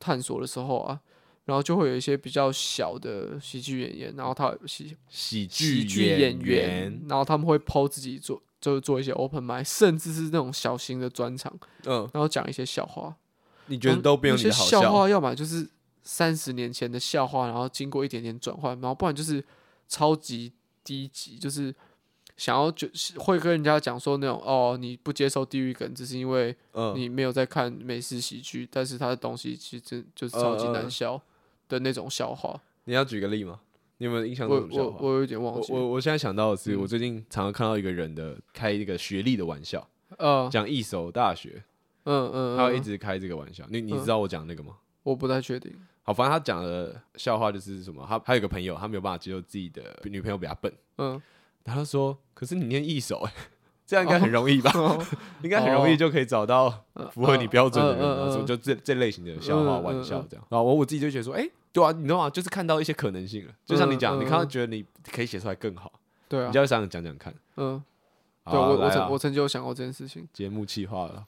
[SPEAKER 1] 探索的时候啊，然后就会有一些比较小的喜剧演员，然后他喜
[SPEAKER 2] 喜
[SPEAKER 1] 喜剧
[SPEAKER 2] 剧
[SPEAKER 1] 演员
[SPEAKER 2] 员，，
[SPEAKER 1] 然后他们会 PO 自己做，就是做一些 open m i 甚至是那种小型的专场，
[SPEAKER 2] 嗯，
[SPEAKER 1] 然后讲一些笑话。
[SPEAKER 2] 你觉得都没有
[SPEAKER 1] 嗯有
[SPEAKER 2] 你的
[SPEAKER 1] 些
[SPEAKER 2] 好
[SPEAKER 1] 笑
[SPEAKER 2] 笑？
[SPEAKER 1] 话，要么就是三十年前的笑话，然后经过一点点转换，然后不然就是超级低级，就是想要就是会跟人家讲说那种哦，你不接受地域梗，只是因为
[SPEAKER 2] 嗯，
[SPEAKER 1] 你没有在看美式喜剧，但是他的东西其实真就是超级
[SPEAKER 2] 嗯嗯
[SPEAKER 1] 难
[SPEAKER 2] 嗯
[SPEAKER 1] 笑的那种笑话。
[SPEAKER 2] 你要举个例吗？你有没有印象中
[SPEAKER 1] 我
[SPEAKER 2] 什么笑
[SPEAKER 1] 我
[SPEAKER 2] 话？
[SPEAKER 1] 我有点忘
[SPEAKER 2] 我
[SPEAKER 1] 记了，
[SPEAKER 2] 我我现在想到的是，
[SPEAKER 1] 嗯
[SPEAKER 2] 我最近常常看到一个人的开一个学历的玩笑，
[SPEAKER 1] 呃
[SPEAKER 2] 讲一手大学，
[SPEAKER 1] 嗯嗯，
[SPEAKER 2] 他会一
[SPEAKER 1] 嗯
[SPEAKER 2] 直开这个玩笑。你你
[SPEAKER 1] 嗯
[SPEAKER 2] 知道我讲那个吗？
[SPEAKER 1] 我不太确定，
[SPEAKER 2] 好，反正他讲的笑话就是什么，他他有个朋友，他没有办法接受自己的女朋友比他笨，
[SPEAKER 1] 嗯，
[SPEAKER 2] 然后他说：“可是你念一手、欸，这样
[SPEAKER 1] 哦
[SPEAKER 2] 应该很容易吧？应该很容易就可以找到符合你标准的人
[SPEAKER 1] 嗯嗯嗯
[SPEAKER 2] 啊，
[SPEAKER 1] 嗯
[SPEAKER 2] 什么就这这类型的笑话
[SPEAKER 1] 嗯嗯
[SPEAKER 2] 玩笑这样。然后我我自己就觉得说，哎，对啊，你懂吗？就是看到一些可能性了。就像你
[SPEAKER 1] 嗯嗯
[SPEAKER 2] 讲，
[SPEAKER 1] 嗯
[SPEAKER 2] 你看到觉得你可以写出来更好，
[SPEAKER 1] 对啊
[SPEAKER 2] 你，就想想讲讲看。
[SPEAKER 1] 嗯，对
[SPEAKER 2] 好啊
[SPEAKER 1] 我我
[SPEAKER 2] 来啊
[SPEAKER 1] 曾我曾经有想过这件事情，
[SPEAKER 2] 节目企划了，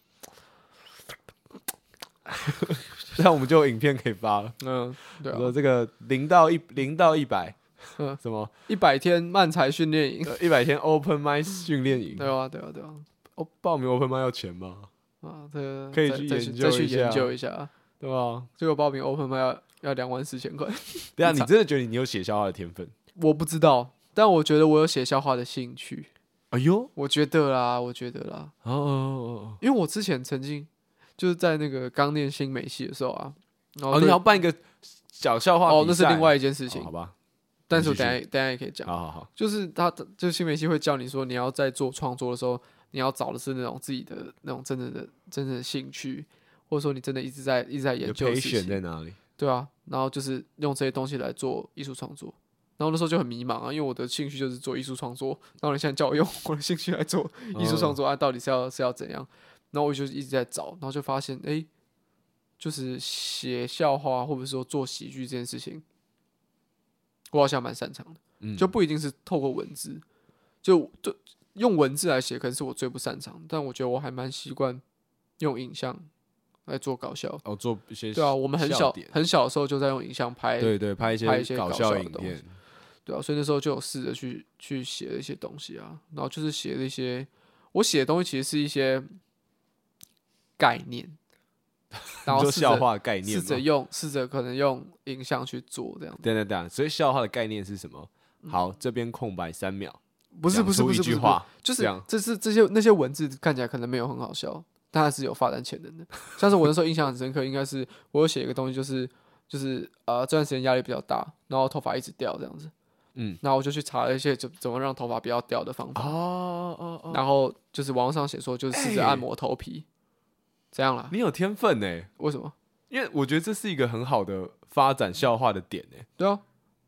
[SPEAKER 2] 那我们就有影片可以发了。
[SPEAKER 1] 嗯，对
[SPEAKER 2] 我
[SPEAKER 1] 啊，
[SPEAKER 2] 说这个零到一零到一百
[SPEAKER 1] 嗯，
[SPEAKER 2] 什么
[SPEAKER 1] 一百天漫才训练营，
[SPEAKER 2] 一百天 Open m i 训练营，
[SPEAKER 1] 对啊，对啊，对啊，
[SPEAKER 2] 哦，报名 Open m i 要钱吗？
[SPEAKER 1] 啊，这个
[SPEAKER 2] 可以
[SPEAKER 1] 再
[SPEAKER 2] 去
[SPEAKER 1] 再
[SPEAKER 2] 研究
[SPEAKER 1] 再去
[SPEAKER 2] 一
[SPEAKER 1] 研
[SPEAKER 2] 下
[SPEAKER 1] 究一下。啊
[SPEAKER 2] 对吧？
[SPEAKER 1] 这个报名 Open 麦要要两万四千块，
[SPEAKER 2] 对啊，
[SPEAKER 1] 你
[SPEAKER 2] 你
[SPEAKER 1] 查
[SPEAKER 2] 真的觉得你有写笑话的天分？
[SPEAKER 1] 我不知道，但我觉得我有写笑话的兴趣，
[SPEAKER 2] 哎呦，
[SPEAKER 1] 我觉得啦，我觉得啦，
[SPEAKER 2] 哦哦
[SPEAKER 1] 因为我之前曾经就是在那个刚念新美系的时候啊，然
[SPEAKER 2] 哦哦，
[SPEAKER 1] 后
[SPEAKER 2] 你
[SPEAKER 1] 对
[SPEAKER 2] 要办一个小笑话
[SPEAKER 1] 哦，
[SPEAKER 2] 比
[SPEAKER 1] 那是
[SPEAKER 2] 赛
[SPEAKER 1] 另外一件事
[SPEAKER 2] 哦
[SPEAKER 1] 情，
[SPEAKER 2] 好吧？
[SPEAKER 1] 但是我
[SPEAKER 2] 你继
[SPEAKER 1] 等
[SPEAKER 2] 续
[SPEAKER 1] 一下等一下也可以讲。
[SPEAKER 2] 好好好，
[SPEAKER 1] 就是他的，就是新媒体会教你说，你要在做创作的时候，你要找的是那种自己的那种真正的真正的兴趣，或者说你真的一直在一直在
[SPEAKER 2] 你的
[SPEAKER 1] 研究的事
[SPEAKER 2] patient
[SPEAKER 1] 情，
[SPEAKER 2] 在哪里？
[SPEAKER 1] 对啊，然后就是用这些东西来做艺术创作。然后那时候就很迷茫啊，因为我的兴趣就是做艺术创作，然后你现在叫我用 我的兴趣来做艺
[SPEAKER 2] 嗯
[SPEAKER 1] 术创作，啊，到底是要是要怎样？然后我就一直在找，然后就发现，哎，就是写笑话或者说做喜剧这件事情，我好像蛮擅长的。
[SPEAKER 2] 嗯
[SPEAKER 1] 就不一定是透过文字，就就用文字来写，可能是我最不擅长，但我觉得我还蛮习惯用影像来做搞笑。
[SPEAKER 2] 哦，做一些
[SPEAKER 1] 对啊，我们很
[SPEAKER 2] 笑
[SPEAKER 1] 小
[SPEAKER 2] 点
[SPEAKER 1] 很小的时候就在用影像拍，
[SPEAKER 2] 对对，拍一
[SPEAKER 1] 拍一些搞
[SPEAKER 2] 搞
[SPEAKER 1] 笑的
[SPEAKER 2] 影
[SPEAKER 1] 东西
[SPEAKER 2] 片，
[SPEAKER 1] 对啊，所以那时候就有试着去去写一些东西啊，然后就是写了一些，我写的东西其实是一些概 念，然
[SPEAKER 2] 你
[SPEAKER 1] 后
[SPEAKER 2] 说
[SPEAKER 1] 试
[SPEAKER 2] 笑
[SPEAKER 1] 着
[SPEAKER 2] 话概念
[SPEAKER 1] 试
[SPEAKER 2] 吗。
[SPEAKER 1] 着用试着可能用影像去做这样子，
[SPEAKER 2] 等等等，所以笑话的概念是什么？好，这边空白三秒，
[SPEAKER 1] 嗯不是
[SPEAKER 2] 讲
[SPEAKER 1] 不是
[SPEAKER 2] 出
[SPEAKER 1] 不是
[SPEAKER 2] 一
[SPEAKER 1] 不
[SPEAKER 2] 句
[SPEAKER 1] 是不是
[SPEAKER 2] 话，
[SPEAKER 1] 就是
[SPEAKER 2] 这样
[SPEAKER 1] 这是这些那些文字看起来可能没有很好笑，但它是有发展潜能的。 像是我那时候印象很深刻，应该是我有写一个东西、就是，就是呃这段时间压力比较大，然后头发一直掉这样子，
[SPEAKER 2] 嗯，
[SPEAKER 1] 然后我就去查了一些怎怎么让头发不要掉的方法，
[SPEAKER 2] 哦哦哦，
[SPEAKER 1] 然后就是网络上写说就是试着
[SPEAKER 2] 哎
[SPEAKER 1] 按摩头皮，怎样啦？
[SPEAKER 2] 你有天分呢，
[SPEAKER 1] 为什么？
[SPEAKER 2] 因为我觉得这是一个很好的发展笑话的点呢。
[SPEAKER 1] 对啊，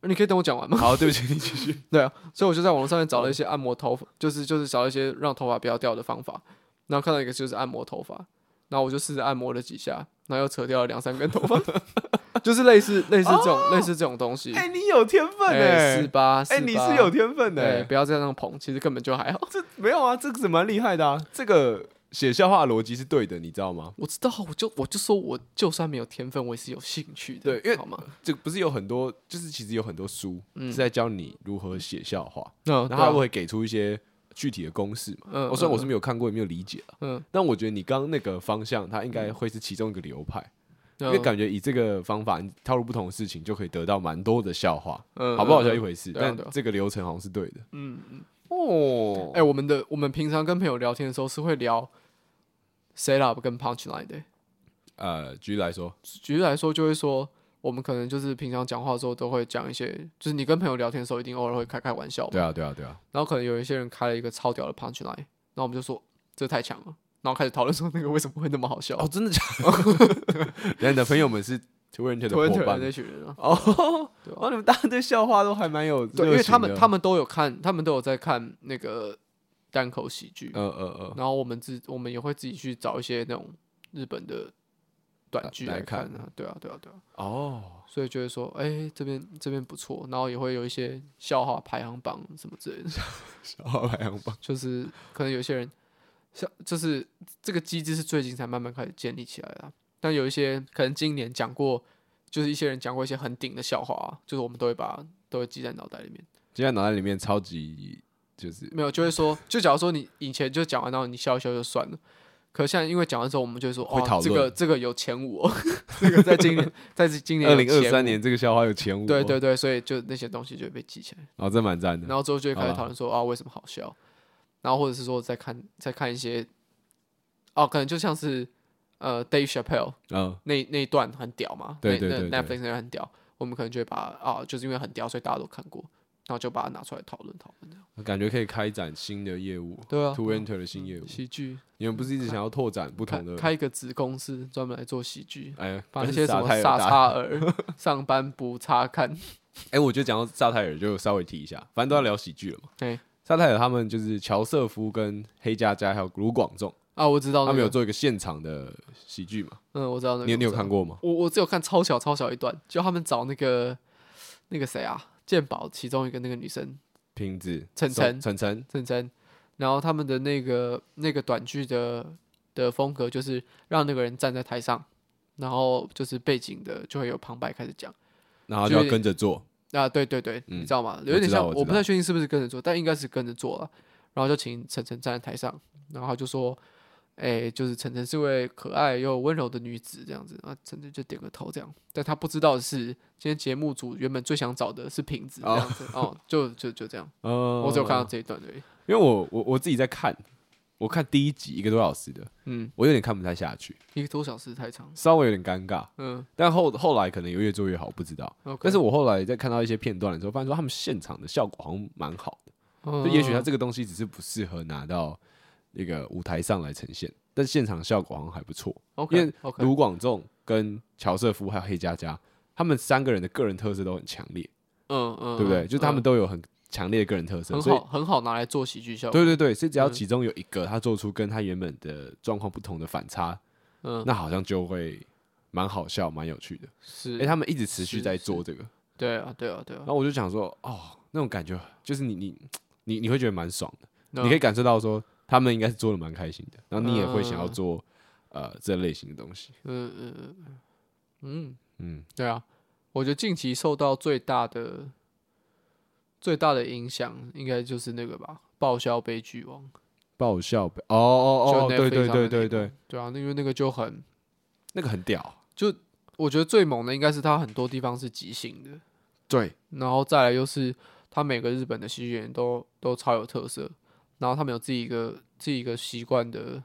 [SPEAKER 1] 你可以等我讲完吗？
[SPEAKER 2] 好，对不起，你继 续。
[SPEAKER 1] 对啊，所以我就在网络上面找了一些
[SPEAKER 2] 嗯
[SPEAKER 1] 按摩头发，就是就是找一些让头发不要掉的方法。然后看到一个就是按摩头发，然后我就试着按摩了几下，然后又扯掉了两三根头发， 就是类似类似这种、类似这种东西。
[SPEAKER 2] 哎，你有天分
[SPEAKER 1] 哎，
[SPEAKER 2] 呢
[SPEAKER 1] 是，吧？
[SPEAKER 2] 哎，
[SPEAKER 1] 吧
[SPEAKER 2] 你是有天分
[SPEAKER 1] 对，
[SPEAKER 2] 呢。
[SPEAKER 1] 不要这样捧，其实根本就还好。
[SPEAKER 2] 这没有啊，这个是蛮厉害的啊。这个写笑话的逻辑是对的，你知道吗？
[SPEAKER 1] 我知道，我就我就说我就算没有天分，我也是有兴趣的，
[SPEAKER 2] 对因为嗯
[SPEAKER 1] 好吗？
[SPEAKER 2] 这不是有很多，就是其实有很多书、
[SPEAKER 1] 嗯
[SPEAKER 2] 是在教你如何写笑话，
[SPEAKER 1] 嗯，
[SPEAKER 2] 然
[SPEAKER 1] 对
[SPEAKER 2] 后
[SPEAKER 1] 啊
[SPEAKER 2] 他会给出一些具体的公式嘛。
[SPEAKER 1] 嗯
[SPEAKER 2] 我、虽然我是
[SPEAKER 1] 嗯
[SPEAKER 2] 没有看过，也没有理解啊，
[SPEAKER 1] 嗯，
[SPEAKER 2] 但我觉得你刚刚那个方向，它应该会是其中一个流派，
[SPEAKER 1] 因
[SPEAKER 2] 因为感觉以这个方法，你套入不同的事情，就可以得到蛮多的笑话，
[SPEAKER 1] 嗯
[SPEAKER 2] 好不好
[SPEAKER 1] 嗯
[SPEAKER 2] 笑
[SPEAKER 1] 嗯
[SPEAKER 2] 一回事。
[SPEAKER 1] 对啊对啊
[SPEAKER 2] 但这个流程好像是对的。
[SPEAKER 1] 嗯嗯。
[SPEAKER 2] 哦
[SPEAKER 1] 哎、，我们的我们平常跟朋友聊天的时候是会聊 set up 跟 punch line 的、
[SPEAKER 2] 呃，举例来说，
[SPEAKER 1] 举例来说，就会说我们可能就是平常讲话的时候都会讲一些，就是你跟朋友聊天的时候一定偶尔会开开玩笑嘛。
[SPEAKER 2] 对啊，对啊，对啊，
[SPEAKER 1] 然后可能有一些人开了一个超屌的 punch line，然后我们就说这太强了，然后开始讨论说那个为什么会那么好笑。
[SPEAKER 2] 哦，真的 假的？那你的朋友们是 Twitter 的伙
[SPEAKER 1] 推特的
[SPEAKER 2] 伴
[SPEAKER 1] 那群人啊，
[SPEAKER 2] 哦，
[SPEAKER 1] 对吧
[SPEAKER 2] 哦，你们大家对笑话都还蛮有热情的，
[SPEAKER 1] 对，因为他们他们都有看，他们都有在看那个单口喜剧，
[SPEAKER 2] 呃呃
[SPEAKER 1] 然后我们自我们也会自己去找一些那种日本的短剧
[SPEAKER 2] 来
[SPEAKER 1] 来看
[SPEAKER 2] 看
[SPEAKER 1] 啊，对啊，对啊，对啊，
[SPEAKER 2] 呃，哦，
[SPEAKER 1] 所以就会说，哎、这边这边不错，然后也会有一些笑话排行榜什么之类的，
[SPEAKER 2] 小排行榜，
[SPEAKER 1] 就是可能有些人像就是这个机制是最近才慢慢开始建立起来的啊、但有一些可能今年讲过，就是一些人讲过一些很顶的笑话、啊，就是我们都会把都会记在脑袋里面，
[SPEAKER 2] 现在脑袋里面超级就是
[SPEAKER 1] 没有就会说，就假如说你以前就讲完，然后你笑一笑就算了。可现在因为讲完之后，我们就会说，
[SPEAKER 2] 会
[SPEAKER 1] 哦
[SPEAKER 2] 讨，
[SPEAKER 1] 这
[SPEAKER 2] 论
[SPEAKER 1] 个这个有前五、哦， 这个在今年，在今年
[SPEAKER 2] 二
[SPEAKER 1] 有
[SPEAKER 2] 零二
[SPEAKER 1] 前
[SPEAKER 2] 三
[SPEAKER 1] 五
[SPEAKER 2] 年这个笑话有前五，
[SPEAKER 1] 对对，对，所以就那些东西就会被记起来，
[SPEAKER 2] 然后真蛮赞的
[SPEAKER 1] 然，后之后就会开
[SPEAKER 2] 好
[SPEAKER 1] 始
[SPEAKER 2] 吧
[SPEAKER 1] 讨论说啊为什么好笑，然后或者是说再看再看一些，哦可能就像是呃 Dave Chappelle
[SPEAKER 2] 嗯，
[SPEAKER 1] 那那一段很屌嘛，
[SPEAKER 2] 对
[SPEAKER 1] 那
[SPEAKER 2] 对对
[SPEAKER 1] 那
[SPEAKER 2] 对
[SPEAKER 1] Netflix 那段很屌，我们可能就会把啊就是因为很屌，所以大家都看过，然后就把它拿出来讨论讨论这样。
[SPEAKER 2] 感觉可以开展新的业务
[SPEAKER 1] 对啊
[SPEAKER 2] ，to enter 的新业务，
[SPEAKER 1] 喜剧
[SPEAKER 2] 你们不是一直想要拓展不
[SPEAKER 1] 开
[SPEAKER 2] 同的？
[SPEAKER 1] 开一个子公司专门来做喜剧。
[SPEAKER 2] 哎，
[SPEAKER 1] 把
[SPEAKER 2] 但
[SPEAKER 1] 那
[SPEAKER 2] 是
[SPEAKER 1] 些什
[SPEAKER 2] 萨
[SPEAKER 1] 么
[SPEAKER 2] 泰尔
[SPEAKER 1] 萨
[SPEAKER 2] 大
[SPEAKER 1] 差尔 上班不差看，
[SPEAKER 2] 哎、我觉得讲到萨泰尔，就稍微提一下，反正都要聊喜剧了嘛。
[SPEAKER 1] 对
[SPEAKER 2] 萨泰尔他们就是乔瑟夫跟黑佳佳还有卢广仲，
[SPEAKER 1] 啊，我知道、
[SPEAKER 2] 他
[SPEAKER 1] 那
[SPEAKER 2] 们
[SPEAKER 1] 个
[SPEAKER 2] 有做一个现场的喜剧嘛？
[SPEAKER 1] 嗯，我知道那个，
[SPEAKER 2] 你你有
[SPEAKER 1] 我知道
[SPEAKER 2] 看过吗？
[SPEAKER 1] 我我只有看超小超小一段，就他们找那个那个谁啊，鉴宝其中一个那个女生
[SPEAKER 2] 瓶子
[SPEAKER 1] 晨晨
[SPEAKER 2] 晨晨，
[SPEAKER 1] 郑真，然后他们的那个那个短剧的的风格就是让那个人站在台上，然后就是背景的就会有旁白开始讲
[SPEAKER 2] 然后
[SPEAKER 1] 就
[SPEAKER 2] 就要
[SPEAKER 1] 有
[SPEAKER 2] 跟着做，
[SPEAKER 1] 啊，对对对，
[SPEAKER 2] 嗯
[SPEAKER 1] 你知道吗？
[SPEAKER 2] 我
[SPEAKER 1] 有点
[SPEAKER 2] 知道
[SPEAKER 1] 像，
[SPEAKER 2] 我
[SPEAKER 1] 我
[SPEAKER 2] 知
[SPEAKER 1] 不
[SPEAKER 2] 道
[SPEAKER 1] 太确定是不是跟着做，但应该是跟着做了。然后就请晨晨站在台上，然后他就说：“哎、就是晨晨是位可爱又温柔的女子，这样子。”啊，晨晨就点个头，这样。但他不知道的是，今天节目组原本最想找的是瓶子，这
[SPEAKER 2] 哦
[SPEAKER 1] 样子哦就就就这样。
[SPEAKER 2] 呃，
[SPEAKER 1] 我只有看到，这一段而已。
[SPEAKER 2] 因为我我我自己在看，我看第一集一个多小时的，
[SPEAKER 1] 嗯，
[SPEAKER 2] 我有点看不太下去，
[SPEAKER 1] 一个多小时太长。
[SPEAKER 2] 稍微有点尴尬，
[SPEAKER 1] 嗯
[SPEAKER 2] 但后后来可能有越做越好，不知道。
[SPEAKER 1] ，OK，
[SPEAKER 2] 但是我后来在看到一些片段的时候，发现说他们现场的效果好像蛮好的。就也许它
[SPEAKER 1] 他
[SPEAKER 2] 这个东西只是不适合拿到那个舞台上来呈现，但现场效果好像还不错。
[SPEAKER 1] OK，
[SPEAKER 2] 因为
[SPEAKER 1] OK，
[SPEAKER 2] 卢广仲、跟乔瑟夫还有黑佳佳，他们三个人的个人特色都很强烈，
[SPEAKER 1] 嗯嗯，
[SPEAKER 2] 对不对？
[SPEAKER 1] 嗯
[SPEAKER 2] 就是他们
[SPEAKER 1] 嗯
[SPEAKER 2] 都有很强烈的个人特色，
[SPEAKER 1] 很
[SPEAKER 2] 所
[SPEAKER 1] 好
[SPEAKER 2] 以
[SPEAKER 1] 很好拿来做喜剧效果。
[SPEAKER 2] 对对对，所以只要
[SPEAKER 1] 嗯
[SPEAKER 2] 其中有一个他做出跟他原本的状况不同的反差，
[SPEAKER 1] 嗯，
[SPEAKER 2] 那好像就会蛮好笑、蛮有趣的。
[SPEAKER 1] 是，
[SPEAKER 2] 哎，他们一直持续
[SPEAKER 1] 是
[SPEAKER 2] 在
[SPEAKER 1] 是
[SPEAKER 2] 做这个，
[SPEAKER 1] 对啊，对啊，对啊
[SPEAKER 2] 然。后我就想说，哦，那种感觉就是你你你你会觉得蛮爽的。
[SPEAKER 1] 那
[SPEAKER 2] 你可以感受到说他们应该是做的蛮开心的，然后你也会想要做、呃这类型的东西。
[SPEAKER 1] 嗯嗯嗯嗯嗯，
[SPEAKER 2] 嗯，
[SPEAKER 1] 对啊，我觉得近期受到最大的最大的影响，应该就是那个吧，《报销悲剧王》
[SPEAKER 2] 爆笑呗，哦哦哦，
[SPEAKER 1] 就 Netflix
[SPEAKER 2] 对对
[SPEAKER 1] 上
[SPEAKER 2] 对对
[SPEAKER 1] 面那个
[SPEAKER 2] 对，
[SPEAKER 1] 对啊，那因为那个就很，
[SPEAKER 2] 那个很屌，
[SPEAKER 1] 我觉得最猛的应该是它很多地方是即兴的，
[SPEAKER 2] 对，
[SPEAKER 1] 然后再来又是它每个日本的喜剧演员都都超有特色，然后他们有自己一个自己一个习惯的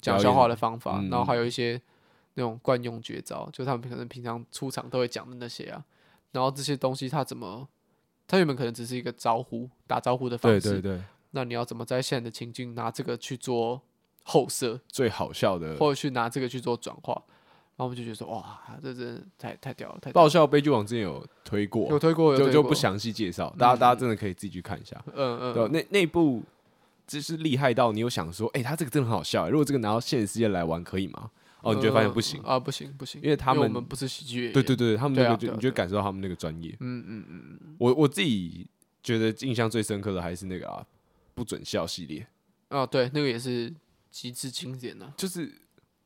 [SPEAKER 1] 讲
[SPEAKER 2] 表
[SPEAKER 1] 笑
[SPEAKER 2] 演
[SPEAKER 1] 话的方法，
[SPEAKER 2] 嗯
[SPEAKER 1] 然后还有一些那种惯用绝招，就他们可能平常出场都会讲的那些啊。然后这些东西他怎么，他原本可能只是一个招呼打招呼的方
[SPEAKER 2] 对
[SPEAKER 1] 式，
[SPEAKER 2] 对对，
[SPEAKER 1] 那你要怎么在现在的情境拿这个去做后设，
[SPEAKER 2] 最好笑的
[SPEAKER 1] 或者去拿这个去做转化？然后我们就觉得说，哇，这真的太太屌了，太屌
[SPEAKER 2] 爆
[SPEAKER 1] 了
[SPEAKER 2] 笑悲剧网之前有推过，
[SPEAKER 1] 有推过，有
[SPEAKER 2] 就
[SPEAKER 1] 推
[SPEAKER 2] 就
[SPEAKER 1] 过
[SPEAKER 2] 不，详细介绍，大家
[SPEAKER 1] 嗯
[SPEAKER 2] 大家真的可以自己去看一下。
[SPEAKER 1] 嗯嗯，
[SPEAKER 2] 对，那那部就是厉害到你有想说，哎，他这个真的很好笑，如果这个拿到现实世界来玩可以吗？哦，你就会发现
[SPEAKER 1] 嗯
[SPEAKER 2] 不行，
[SPEAKER 1] 啊，不行不行，
[SPEAKER 2] 因为他
[SPEAKER 1] 我
[SPEAKER 2] 们
[SPEAKER 1] 们不是喜剧演员，
[SPEAKER 2] 对对对，他们
[SPEAKER 1] 对
[SPEAKER 2] 那
[SPEAKER 1] 啊
[SPEAKER 2] 个就
[SPEAKER 1] 对啊
[SPEAKER 2] 你就
[SPEAKER 1] 对啊
[SPEAKER 2] 感受到他们那个专业。
[SPEAKER 1] 嗯嗯嗯嗯
[SPEAKER 2] 我我自己觉得印象最深刻的还是那个啊，不准笑系列，
[SPEAKER 1] 啊，对，那个也是极致经典的、
[SPEAKER 2] 就是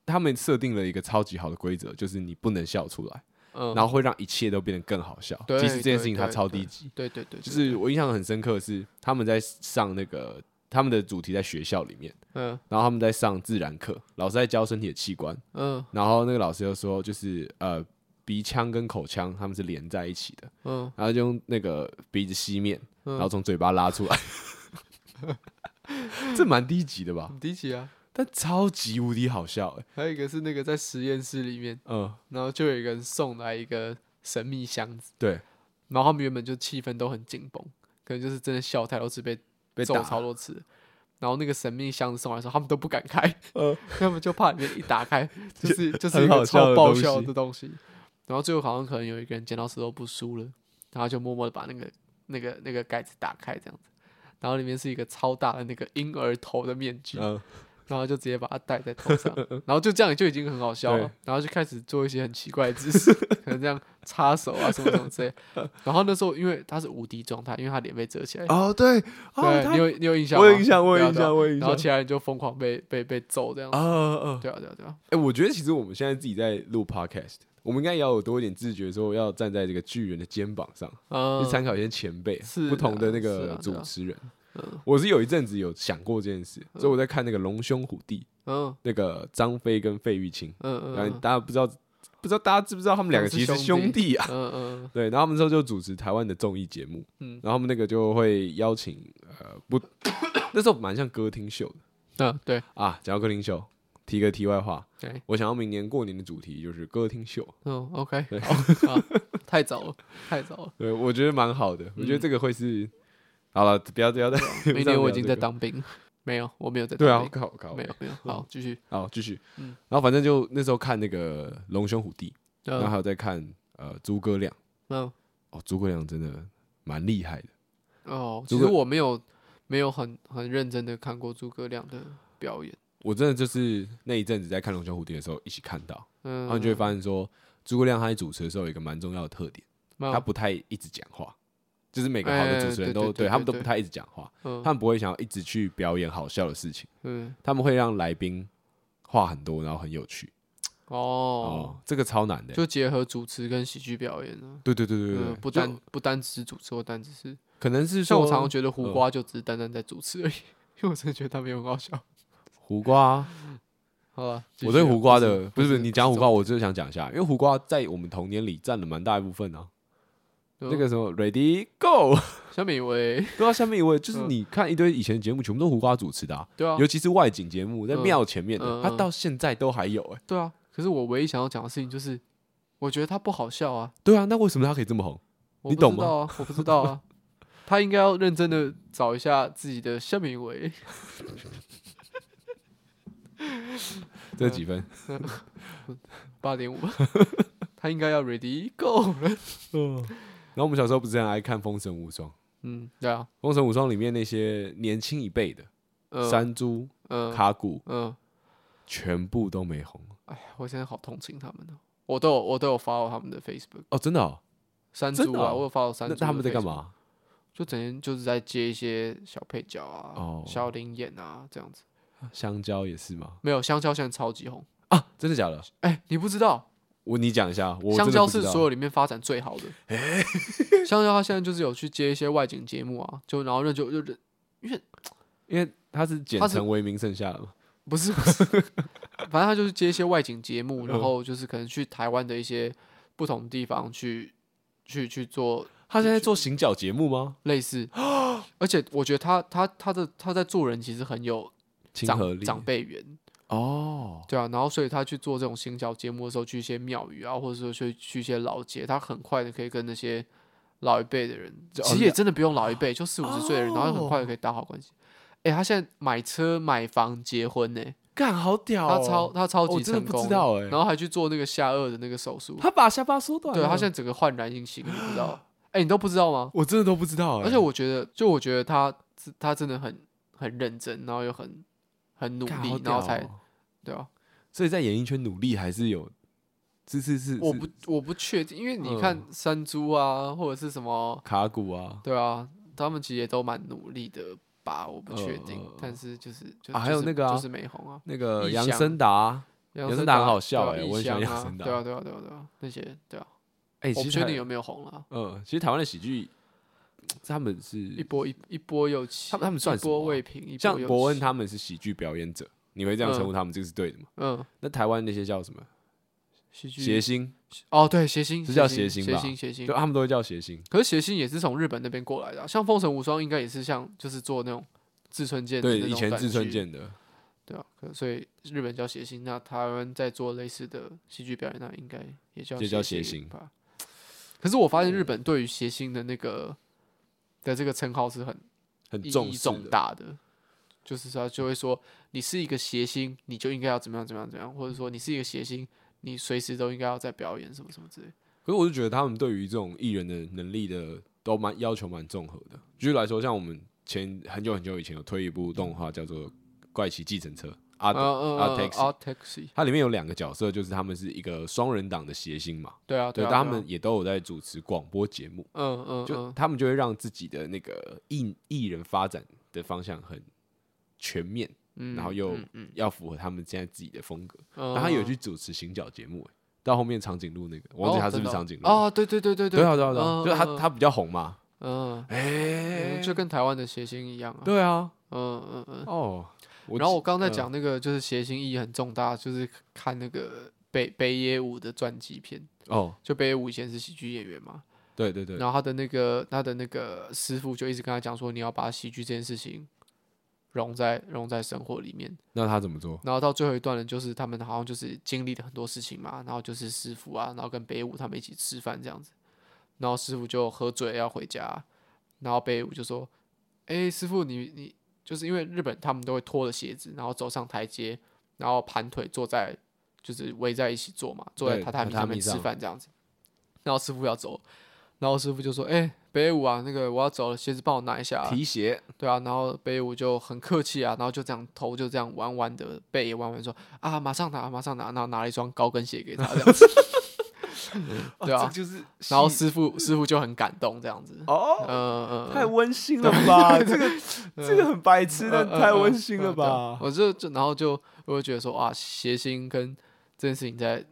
[SPEAKER 2] 他们设定了一个超级好的规则，就是你不能笑出来，
[SPEAKER 1] 嗯，
[SPEAKER 2] 然后会让一切都变得更好笑。
[SPEAKER 1] 对
[SPEAKER 2] 即使这件
[SPEAKER 1] 对
[SPEAKER 2] 事情它
[SPEAKER 1] 对
[SPEAKER 2] 超
[SPEAKER 1] 对
[SPEAKER 2] 低级，
[SPEAKER 1] 对对对，对
[SPEAKER 2] 就是我印象很深刻的是他们在上那个他们的主题在学校里面，
[SPEAKER 1] 嗯
[SPEAKER 2] 然后他们在上自然课，老师在教身体的器官，
[SPEAKER 1] 嗯
[SPEAKER 2] 然后那个老师又说就是呃鼻腔跟口腔他们是连在一起的，
[SPEAKER 1] 嗯
[SPEAKER 2] 然后就用那个鼻子吸面，然后
[SPEAKER 1] 嗯，
[SPEAKER 2] 从嘴巴拉出来， 这蛮低级的吧？
[SPEAKER 1] 很低级啊。
[SPEAKER 2] 但超级无敌好笑、欸，
[SPEAKER 1] 还有一个是那个在实验室里面，
[SPEAKER 2] 嗯，
[SPEAKER 1] 然后就有一个人送来一个神秘箱子，
[SPEAKER 2] 对，
[SPEAKER 1] 然后他们原本就气氛都很紧绷，可能就是真的笑太多次被
[SPEAKER 2] 被
[SPEAKER 1] 揍
[SPEAKER 2] 打
[SPEAKER 1] 超多次。然后那个神秘箱子送来的时候，他们都不敢开，
[SPEAKER 2] 呃，
[SPEAKER 1] 他们就怕里面一打开 就是就是
[SPEAKER 2] 很
[SPEAKER 1] 一
[SPEAKER 2] 好
[SPEAKER 1] 个
[SPEAKER 2] 笑
[SPEAKER 1] 超
[SPEAKER 2] 的
[SPEAKER 1] 爆
[SPEAKER 2] 东
[SPEAKER 1] 笑
[SPEAKER 2] 西
[SPEAKER 1] 的东西。然后最后好像可能有一个人剪刀石头布输了，然后就默默的把那个那个那个盖子打开这样子，然后里面是一个超大的那个婴儿头的面具，
[SPEAKER 2] 嗯，
[SPEAKER 1] 然后就直接把它戴在 头上，然后就这样就已经很好笑
[SPEAKER 2] 对
[SPEAKER 1] 了，然后就开始做一些很奇怪的姿 势，可能这样插手啊什么什么之类。然后那时候因为他是无敌状态，因为他脸被遮起来，
[SPEAKER 2] 哦，对，哦，
[SPEAKER 1] 哎对，
[SPEAKER 2] 他
[SPEAKER 1] 你有你有印象吗？
[SPEAKER 2] 我有印象，我有
[SPEAKER 1] 对啊
[SPEAKER 2] 印
[SPEAKER 1] 对啊
[SPEAKER 2] 象，我有印
[SPEAKER 1] 然后
[SPEAKER 2] 象。
[SPEAKER 1] 其他人就疯狂被被被揍这样
[SPEAKER 2] 啊。啊啊！
[SPEAKER 1] 对啊对啊对啊，
[SPEAKER 2] 哎、我觉得其实我们现在自己在录 podcast，我们应该也要有多一点自觉，说要站在这个巨人的肩膀上，
[SPEAKER 1] 嗯，
[SPEAKER 2] 去参考一些前辈、
[SPEAKER 1] 是
[SPEAKER 2] 不同的
[SPEAKER 1] 啊
[SPEAKER 2] 那
[SPEAKER 1] 是
[SPEAKER 2] 个
[SPEAKER 1] 啊对
[SPEAKER 2] 主
[SPEAKER 1] 啊
[SPEAKER 2] 持人。
[SPEAKER 1] 嗯
[SPEAKER 2] 我是有一阵子有想过这件事，所以我在看那个《龙兄虎弟》，
[SPEAKER 1] 嗯
[SPEAKER 2] 那个张飞跟费玉清，
[SPEAKER 1] 嗯嗯
[SPEAKER 2] 然后
[SPEAKER 1] 嗯
[SPEAKER 2] 大家不知道不知道大家知不知道他们两个其实是兄弟啊？
[SPEAKER 1] 嗯嗯
[SPEAKER 2] 对，然后他们之后就主持台湾的综艺节目，
[SPEAKER 1] 嗯
[SPEAKER 2] 然后他们那个就会邀请呃不， 那时候蛮像歌厅秀的
[SPEAKER 1] 嗯，对，
[SPEAKER 2] 啊。讲到歌厅秀，提个题外话，
[SPEAKER 1] 对，
[SPEAKER 2] 我想要明年过年的主题就是歌厅秀，
[SPEAKER 1] 嗯，OK，
[SPEAKER 2] 对
[SPEAKER 1] 好好太早了，太早 了，
[SPEAKER 2] 对我觉得蛮好的，我觉得这个会是好了，不要不要再 不要
[SPEAKER 1] 嗯明
[SPEAKER 2] 再
[SPEAKER 1] 年我已
[SPEAKER 2] 聊
[SPEAKER 1] 经
[SPEAKER 2] 这
[SPEAKER 1] 在
[SPEAKER 2] 个
[SPEAKER 1] 当兵，没有，我没有在
[SPEAKER 2] 对啊，
[SPEAKER 1] 当
[SPEAKER 2] 我
[SPEAKER 1] 兵，
[SPEAKER 2] 靠我靠，
[SPEAKER 1] 没有没有，好，继续，
[SPEAKER 2] 好继续，
[SPEAKER 1] 嗯
[SPEAKER 2] 然后反正就那时候看那个《龙兄虎弟》，然后还
[SPEAKER 1] 嗯
[SPEAKER 2] 有在看呃诸葛亮，
[SPEAKER 1] 嗯
[SPEAKER 2] 哦，诸葛亮真的蛮厉害的。
[SPEAKER 1] 哦，
[SPEAKER 2] 如
[SPEAKER 1] 其实
[SPEAKER 2] 果
[SPEAKER 1] 我没有没有很很认真的看过诸葛亮的表演，
[SPEAKER 2] 我真的就是那一阵子在看《龙兄虎弟》的时候一起看到，
[SPEAKER 1] 嗯，
[SPEAKER 2] 然后你就会发现说，诸葛亮他在主持的时候有一个蛮重要的特点，
[SPEAKER 1] 没有
[SPEAKER 2] 他不太一直讲话，就是每个好的主持人
[SPEAKER 1] 嗯哎
[SPEAKER 2] 都
[SPEAKER 1] 对对对
[SPEAKER 2] 对他们都
[SPEAKER 1] 对
[SPEAKER 2] 不太一直讲话，
[SPEAKER 1] 嗯
[SPEAKER 2] 他们不会想要一直去表演好笑的事情，
[SPEAKER 1] 嗯
[SPEAKER 2] 他们会让来宾话很多，然后很有趣。
[SPEAKER 1] 哦，
[SPEAKER 2] 哦，这个超难的欸。
[SPEAKER 1] 就结合主持跟喜剧表演呢。
[SPEAKER 2] 对对对对对对，，
[SPEAKER 1] 嗯不
[SPEAKER 2] 就
[SPEAKER 1] 单不单只是主持，或单只是，
[SPEAKER 2] 可能是
[SPEAKER 1] 像我
[SPEAKER 2] 说
[SPEAKER 1] 常常觉得胡
[SPEAKER 2] 嗯
[SPEAKER 1] 瓜就只是单单在主持而已， 因为我真的觉得他没有很好笑。
[SPEAKER 2] 胡瓜，
[SPEAKER 1] 好了，继
[SPEAKER 2] 我对
[SPEAKER 1] 续啊
[SPEAKER 2] 胡瓜的不是不是你讲胡瓜，
[SPEAKER 1] 重
[SPEAKER 2] 我就是想讲一下，因为胡瓜在我们童年里占了蛮大一部分啊。
[SPEAKER 1] 点
[SPEAKER 2] 那个什么 Ready Go，
[SPEAKER 1] 小美为
[SPEAKER 2] 对啊，下面一位就是
[SPEAKER 1] 嗯
[SPEAKER 2] 你看一堆以前的节目，全部都胡瓜主持的啊，
[SPEAKER 1] 对啊
[SPEAKER 2] 尤其是外景节目，在
[SPEAKER 1] 嗯
[SPEAKER 2] 庙前面的，
[SPEAKER 1] 嗯
[SPEAKER 2] 他
[SPEAKER 1] 嗯
[SPEAKER 2] 到现在都还有哎。
[SPEAKER 1] 对啊，可是我唯一想要讲的事情就是，我觉得他不好笑啊，
[SPEAKER 2] 对啊，那为什么他可以这么红？
[SPEAKER 1] 我
[SPEAKER 2] 你
[SPEAKER 1] 不
[SPEAKER 2] 懂
[SPEAKER 1] 知
[SPEAKER 2] 吗
[SPEAKER 1] 道啊，我不知 道啊，他应该要认真的找一下自己的夏明为，
[SPEAKER 2] 这几分？
[SPEAKER 1] 八 点五，他应该要 ready go 了，
[SPEAKER 2] 然后我们小时候不是很爱看《封神无双》，《
[SPEAKER 1] 嗯，对啊，
[SPEAKER 2] 封神无双》里面那些年轻一辈的
[SPEAKER 1] 嗯
[SPEAKER 2] 山猪、
[SPEAKER 1] 嗯
[SPEAKER 2] 卡古，
[SPEAKER 1] 嗯，
[SPEAKER 2] 全部都没红
[SPEAKER 1] 哎，我现在好同情他们哦，我都有我都有 follow 他们的 Facebook，
[SPEAKER 2] 哦，真的哦？
[SPEAKER 1] 山
[SPEAKER 2] 真
[SPEAKER 1] 猪
[SPEAKER 2] 的
[SPEAKER 1] 啊，
[SPEAKER 2] 哦
[SPEAKER 1] 我有 follow 山
[SPEAKER 2] 那
[SPEAKER 1] 猪，
[SPEAKER 2] 他们在干？嘛？
[SPEAKER 1] 就整天就是在接一些小配角啊、
[SPEAKER 2] 哦
[SPEAKER 1] 小林演啊这样子，
[SPEAKER 2] 香蕉也是吗？
[SPEAKER 1] 没有香蕉现在超级红，
[SPEAKER 2] 啊，真的假的？
[SPEAKER 1] 哎、你不知道。
[SPEAKER 2] 我你讲一下，我
[SPEAKER 1] 香
[SPEAKER 2] 真的
[SPEAKER 1] 蕉
[SPEAKER 2] 不知
[SPEAKER 1] 是
[SPEAKER 2] 道哎
[SPEAKER 1] 所有里面发展 最好的。香蕉它现在就是有去接一些外景节目啊，就然后认就就
[SPEAKER 2] 因为他是简
[SPEAKER 1] 他是
[SPEAKER 2] 称为名剩下的嘛。
[SPEAKER 1] 不是不是， 反正他就是接一些外景节目，然
[SPEAKER 2] 嗯
[SPEAKER 1] 后就是可能去台湾的一些不同地方去去去做
[SPEAKER 2] 他现在做行脚节目吗？
[SPEAKER 1] 类 似，而且我觉得他他他的他在做人其实很有
[SPEAKER 2] 亲和
[SPEAKER 1] 长
[SPEAKER 2] 力
[SPEAKER 1] 长辈缘，
[SPEAKER 2] 哦，
[SPEAKER 1] 对啊，然后所以他去做这种行脚节目的时候，去一些庙宇啊，或者说去去一些老街，他很快的可以跟那些老一辈的人，
[SPEAKER 2] 就
[SPEAKER 1] 其
[SPEAKER 2] 哦
[SPEAKER 1] 实也真的不用老一辈，就四五十岁的人，然后很快就可以打好关系。哎、他现在买车、买房、结婚呢、
[SPEAKER 2] 干好屌
[SPEAKER 1] 他超他超级
[SPEAKER 2] 哦我真的
[SPEAKER 1] 成
[SPEAKER 2] 不
[SPEAKER 1] 功
[SPEAKER 2] 知
[SPEAKER 1] 的，
[SPEAKER 2] 道欸
[SPEAKER 1] 然后还去做那个下颚的那个手术，
[SPEAKER 2] 他把下巴缩短
[SPEAKER 1] 对他现在整个焕然一新，你不知道？哎、你都不知道吗？
[SPEAKER 2] 我真的都不知道、欸
[SPEAKER 1] 而且我觉得，就我觉得他他真的很很认真，然后又很很努力，然后才对啊。
[SPEAKER 2] 哦所以在演艺圈努力还是有，是是是，
[SPEAKER 1] 我
[SPEAKER 2] 是嗯
[SPEAKER 1] 不我不确定，因为你看山猪啊，或者是什么，
[SPEAKER 2] 卡骨啊
[SPEAKER 1] 对啊，他们其实也都蛮努力的吧，我不确定。
[SPEAKER 2] 呃
[SPEAKER 1] 但是就是就、
[SPEAKER 2] 啊还有
[SPEAKER 1] 就是
[SPEAKER 2] 那个啊
[SPEAKER 1] 就是美红啊，
[SPEAKER 2] 那个
[SPEAKER 1] 异
[SPEAKER 2] 杨
[SPEAKER 1] 乡
[SPEAKER 2] 森达啊，
[SPEAKER 1] 杨
[SPEAKER 2] 杨
[SPEAKER 1] 森
[SPEAKER 2] 森达
[SPEAKER 1] 达
[SPEAKER 2] 很好笑
[SPEAKER 1] 对
[SPEAKER 2] 欸
[SPEAKER 1] 啊
[SPEAKER 2] 我很喜欢
[SPEAKER 1] 异乡
[SPEAKER 2] 杨
[SPEAKER 1] 啊
[SPEAKER 2] 森达
[SPEAKER 1] 对啊对啊对啊对啊，那些对啊，
[SPEAKER 2] 哎、
[SPEAKER 1] 我
[SPEAKER 2] 其
[SPEAKER 1] 不
[SPEAKER 2] 实
[SPEAKER 1] 确定
[SPEAKER 2] 台
[SPEAKER 1] 有没有红了，
[SPEAKER 2] 嗯，其实台湾的喜剧，他们
[SPEAKER 1] 一
[SPEAKER 2] 是
[SPEAKER 1] 波一一波又起，
[SPEAKER 2] 他们他们算
[SPEAKER 1] 一
[SPEAKER 2] 什么
[SPEAKER 1] 波
[SPEAKER 2] 啊
[SPEAKER 1] 未平，一波
[SPEAKER 2] 像
[SPEAKER 1] 又
[SPEAKER 2] 伯恩
[SPEAKER 1] 起，
[SPEAKER 2] 他们是喜剧表演者，你会这样称呼他们，这个是对的嘛？
[SPEAKER 1] 嗯，
[SPEAKER 2] 那台湾那些叫什么
[SPEAKER 1] 戏
[SPEAKER 2] 谐
[SPEAKER 1] 剧
[SPEAKER 2] 星，
[SPEAKER 1] 哦对谐星
[SPEAKER 2] 是叫谐
[SPEAKER 1] 谐
[SPEAKER 2] 星
[SPEAKER 1] 谐
[SPEAKER 2] 吧啊
[SPEAKER 1] 星谐星
[SPEAKER 2] 就，他们都会叫谐星。
[SPEAKER 1] 可是谐星也是从日本那边过来的啊、像《封神无双》应该也是像就是做那种志村健的
[SPEAKER 2] 对，
[SPEAKER 1] 那
[SPEAKER 2] 以
[SPEAKER 1] 种
[SPEAKER 2] 前
[SPEAKER 1] 短
[SPEAKER 2] 志村
[SPEAKER 1] 剧
[SPEAKER 2] 健的，
[SPEAKER 1] 对啊，可所以日本叫谐星，那台湾在做类似的戏剧表演，那应该也叫
[SPEAKER 2] 也叫
[SPEAKER 1] 谐
[SPEAKER 2] 谐星
[SPEAKER 1] 吧？可是我发现日本对于谐星的那个的这个称号是很
[SPEAKER 2] 很
[SPEAKER 1] 意
[SPEAKER 2] 重
[SPEAKER 1] 义
[SPEAKER 2] 视
[SPEAKER 1] 重
[SPEAKER 2] 的
[SPEAKER 1] 大的，就是他就会说你是一个谐星，你就应该要怎么样怎么样怎么样，或者说你是一个谐星，你随时都应该要在表演什么什么之类的。
[SPEAKER 2] 可是我就觉得他们对于这种艺人的能力的都蛮要求蛮综合的。举例来说，像我们前很久很久以前有推一部动画叫做《怪奇计程车》啊
[SPEAKER 1] 嗯嗯
[SPEAKER 2] 啊
[SPEAKER 1] 嗯
[SPEAKER 2] Taxi
[SPEAKER 1] ，Art Taxi，
[SPEAKER 2] 它里面有两个角色，就是他们是一个双人党的谐星嘛，
[SPEAKER 1] 对啊，
[SPEAKER 2] 对，
[SPEAKER 1] 啊，
[SPEAKER 2] 但他
[SPEAKER 1] 对啊
[SPEAKER 2] 们，也都有在主持广播节目，
[SPEAKER 1] 嗯嗯
[SPEAKER 2] 就
[SPEAKER 1] 嗯，
[SPEAKER 2] 他们就会让自己的那个艺艺人发展的方向很全面，
[SPEAKER 1] 嗯
[SPEAKER 2] 然后又
[SPEAKER 1] 嗯嗯，
[SPEAKER 2] 要符合他们现在自己的风格。
[SPEAKER 1] 嗯
[SPEAKER 2] 然后他有去主持行脚节目、欸，到后面长颈鹿那个，我忘记
[SPEAKER 1] 哦
[SPEAKER 2] 他是
[SPEAKER 1] 真
[SPEAKER 2] 不
[SPEAKER 1] 的
[SPEAKER 2] 是
[SPEAKER 1] 哦
[SPEAKER 2] 长颈鹿？
[SPEAKER 1] 哦，对对对对
[SPEAKER 2] 对啊，对啊，对
[SPEAKER 1] 嗯
[SPEAKER 2] 啊，就是他
[SPEAKER 1] 嗯
[SPEAKER 2] 他比较红嘛。
[SPEAKER 1] 嗯，
[SPEAKER 2] 哎
[SPEAKER 1] 嗯，就跟台湾的谐星一样啊，
[SPEAKER 2] 对啊，
[SPEAKER 1] 嗯嗯嗯。
[SPEAKER 2] 哦，我
[SPEAKER 1] 然后我刚才
[SPEAKER 2] 嗯
[SPEAKER 1] 讲那个就是谐星意义很重大，就是看那个北北野武的传记片，
[SPEAKER 2] 哦，
[SPEAKER 1] 就北野武以前是喜剧演员嘛，
[SPEAKER 2] 对对对，
[SPEAKER 1] 然后他的那个他的那个师傅就一直跟他讲说，你要把喜剧这件事情融在融在生活里面。
[SPEAKER 2] 那他怎么做？
[SPEAKER 1] 然后到最后一段呢，就是他们好像就是经历了很多事情嘛，然后就是师傅啊，然后跟北舞他们一起吃饭这样子，然后师傅就喝醉要回家，然后北舞就说：“哎，师傅，你你就是因为日本他们都会脱了鞋子，然后走上台阶，然后盘腿坐在就是围在一起坐嘛，坐在
[SPEAKER 2] 对
[SPEAKER 1] 榻榻米上面
[SPEAKER 2] 榻榻米上
[SPEAKER 1] 吃饭这样子。”然后师傅要走，然后师傅就说：“哎，北舞啊，那个我要走了，鞋子帮我拿一下、啊。”
[SPEAKER 2] 皮鞋，
[SPEAKER 1] 对啊，然后北舞就很客气啊，然后就这样头就这样弯弯的，背也弯弯地说啊，马上拿，马上拿，然后拿了一双高跟鞋给他这样子， 对啊
[SPEAKER 2] 这就是戏，
[SPEAKER 1] 然后师傅师傅就很感动这样子，
[SPEAKER 2] 哦，
[SPEAKER 1] 嗯嗯
[SPEAKER 2] 太
[SPEAKER 1] 嗯，
[SPEAKER 2] 温馨了吧？这个这个很白痴，但
[SPEAKER 1] 嗯
[SPEAKER 2] 太温馨了？
[SPEAKER 1] 嗯嗯嗯嗯嗯对啊
[SPEAKER 2] 吧？
[SPEAKER 1] 我就就然后就我就觉得说啊，谐星跟这件事情在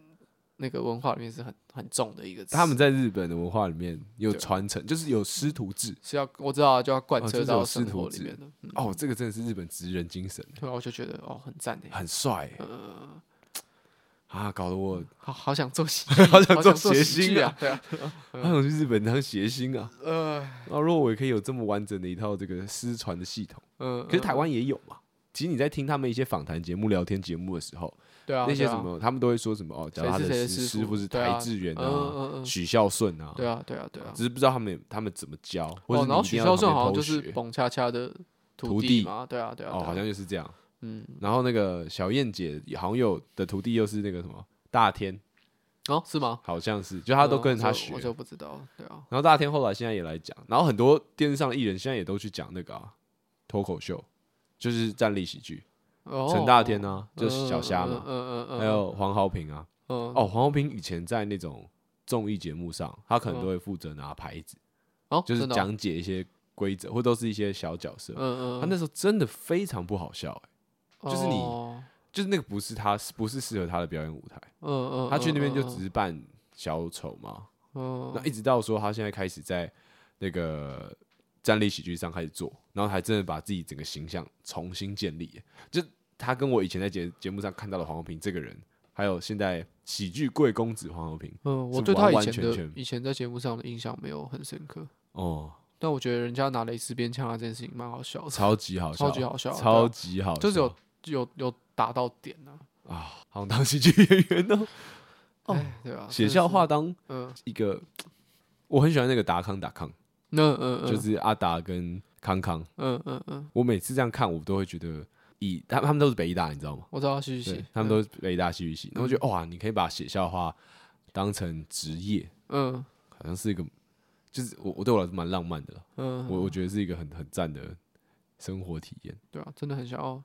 [SPEAKER 1] 那个文化里面是很很重的一个词，
[SPEAKER 2] 他们在日本的文化里面有
[SPEAKER 1] 对
[SPEAKER 2] 传承，就是有师徒制。
[SPEAKER 1] 是要我知道啊就要贯
[SPEAKER 2] 哦
[SPEAKER 1] 彻
[SPEAKER 2] 就是
[SPEAKER 1] 到
[SPEAKER 2] 有师
[SPEAKER 1] 生
[SPEAKER 2] 徒
[SPEAKER 1] 活里
[SPEAKER 2] 制
[SPEAKER 1] 面的，嗯
[SPEAKER 2] 哦，这个真的是日本职人精神，
[SPEAKER 1] 对啊，我就觉得哦很赞的，
[SPEAKER 2] 很帅欸
[SPEAKER 1] 呃，
[SPEAKER 2] 啊！搞得我
[SPEAKER 1] 好好想做喜
[SPEAKER 2] 好
[SPEAKER 1] 好
[SPEAKER 2] 想
[SPEAKER 1] 想
[SPEAKER 2] 做
[SPEAKER 1] 做
[SPEAKER 2] 谐
[SPEAKER 1] 喜剧
[SPEAKER 2] 星啊，
[SPEAKER 1] 啊， 对啊，
[SPEAKER 2] 好想去日本当谐星啊！
[SPEAKER 1] 呃
[SPEAKER 2] 啊，如果我也可以有这么完整的一套这个失传的系统，
[SPEAKER 1] 嗯，
[SPEAKER 2] 可是台
[SPEAKER 1] 嗯
[SPEAKER 2] 湾也有嘛。其实你在听他们一些访谈节目、聊天节目的时候，
[SPEAKER 1] 对啊
[SPEAKER 2] 那些
[SPEAKER 1] 对啊
[SPEAKER 2] 什么，他们都会说什么哦，假如
[SPEAKER 1] 谁
[SPEAKER 2] 他
[SPEAKER 1] 是谁
[SPEAKER 2] 的
[SPEAKER 1] 的
[SPEAKER 2] 师
[SPEAKER 1] 师
[SPEAKER 2] 师
[SPEAKER 1] 傅
[SPEAKER 2] 傅是
[SPEAKER 1] 对啊
[SPEAKER 2] 台志远
[SPEAKER 1] 嗯
[SPEAKER 2] 啊、
[SPEAKER 1] 嗯嗯，
[SPEAKER 2] 许孝顺啊，
[SPEAKER 1] 对啊，对啊，对啊。
[SPEAKER 2] 只是不知道他们他们怎么教， 或者
[SPEAKER 1] 哦，
[SPEAKER 2] 是
[SPEAKER 1] 然
[SPEAKER 2] 你
[SPEAKER 1] 后
[SPEAKER 2] 一
[SPEAKER 1] 许
[SPEAKER 2] 定要
[SPEAKER 1] 孝
[SPEAKER 2] 在
[SPEAKER 1] 顺
[SPEAKER 2] 旁边
[SPEAKER 1] 好像
[SPEAKER 2] 偷
[SPEAKER 1] 就是
[SPEAKER 2] 学
[SPEAKER 1] 彭恰恰的
[SPEAKER 2] 徒
[SPEAKER 1] 弟
[SPEAKER 2] 弟
[SPEAKER 1] 嘛，对啊，对啊，
[SPEAKER 2] 哦，
[SPEAKER 1] 对啊
[SPEAKER 2] 好像就是这样。
[SPEAKER 1] 嗯，
[SPEAKER 2] 然后那个小燕姐好像有的徒弟又是那个什么大天，
[SPEAKER 1] 哦，是吗？
[SPEAKER 2] 好像是，就他都
[SPEAKER 1] 嗯
[SPEAKER 2] 跟
[SPEAKER 1] 我
[SPEAKER 2] 着他
[SPEAKER 1] 就
[SPEAKER 2] 学
[SPEAKER 1] 我。就不知道了，对啊，
[SPEAKER 2] 然后大天后来现在也来讲，然后很多电视上的艺人现在也都去讲那个啊脱口秀，就是站立喜剧，
[SPEAKER 1] 哦，
[SPEAKER 2] 陈大天啊，就是
[SPEAKER 1] 嗯
[SPEAKER 2] 小虾
[SPEAKER 1] 嗯
[SPEAKER 2] 嘛，
[SPEAKER 1] 嗯嗯嗯，
[SPEAKER 2] 还有黄豪平啊。
[SPEAKER 1] 嗯
[SPEAKER 2] 哦，黄豪平以前在那种综艺节目上，他可能
[SPEAKER 1] 嗯
[SPEAKER 2] 都会负责拿牌子，
[SPEAKER 1] 哦，
[SPEAKER 2] 就是
[SPEAKER 1] 真的哦，
[SPEAKER 2] 讲解一些规则，或都是一些小角色。
[SPEAKER 1] 嗯
[SPEAKER 2] 他
[SPEAKER 1] 嗯，
[SPEAKER 2] 那时候真的非常不好笑、欸，
[SPEAKER 1] 那
[SPEAKER 2] 就是你
[SPEAKER 1] 嗯
[SPEAKER 2] 就是那个不是他，不是适合他的表演舞台。
[SPEAKER 1] 嗯，
[SPEAKER 2] 他去那边就只
[SPEAKER 1] 嗯
[SPEAKER 2] 是扮小丑嘛，
[SPEAKER 1] 嗯
[SPEAKER 2] 那一直到说他现在开始在那个站立喜剧上开始做，然后还真的把自己整个形象重新建立。欸就他跟我以前在节节目上看到的黄和平这个人，还有现在喜剧贵公子黄和平，
[SPEAKER 1] 嗯，我
[SPEAKER 2] 是
[SPEAKER 1] 对他
[SPEAKER 2] 完
[SPEAKER 1] 以
[SPEAKER 2] 完
[SPEAKER 1] 前
[SPEAKER 2] 全
[SPEAKER 1] 的
[SPEAKER 2] 全
[SPEAKER 1] 以前在节目上的印象没有很深刻，
[SPEAKER 2] 哦，
[SPEAKER 1] 但我觉得人家拿蕾丝边枪啊这件事情蛮好 笑的，
[SPEAKER 2] 超级好笑，
[SPEAKER 1] 超级好笑，对啊
[SPEAKER 2] 超级好笑，
[SPEAKER 1] 就是有有有打到点啊，
[SPEAKER 2] 啊，好像当喜剧演员呢、哦
[SPEAKER 1] 哎，对 啊，真
[SPEAKER 2] 写
[SPEAKER 1] 的
[SPEAKER 2] 笑
[SPEAKER 1] 是，
[SPEAKER 2] 话当
[SPEAKER 1] 嗯
[SPEAKER 2] 一个，我很喜欢那个达康达康，
[SPEAKER 1] 那嗯嗯，
[SPEAKER 2] 就是阿达跟康康，
[SPEAKER 1] 嗯嗯嗯，
[SPEAKER 2] 我每次这样看，我都会觉得以他他们都是北医大，你知道吗？
[SPEAKER 1] 我知道戏剧
[SPEAKER 2] 对
[SPEAKER 1] 系，，嗯
[SPEAKER 2] 他们都是北大戏剧系，然后我觉得哇，你可以把写笑话当成职业，
[SPEAKER 1] 嗯
[SPEAKER 2] 好像是一个，就是我我对我来说蛮浪漫的了，
[SPEAKER 1] 嗯，
[SPEAKER 2] 我我觉得是一个很很赞的生活体验，
[SPEAKER 1] 对啊，真的很想要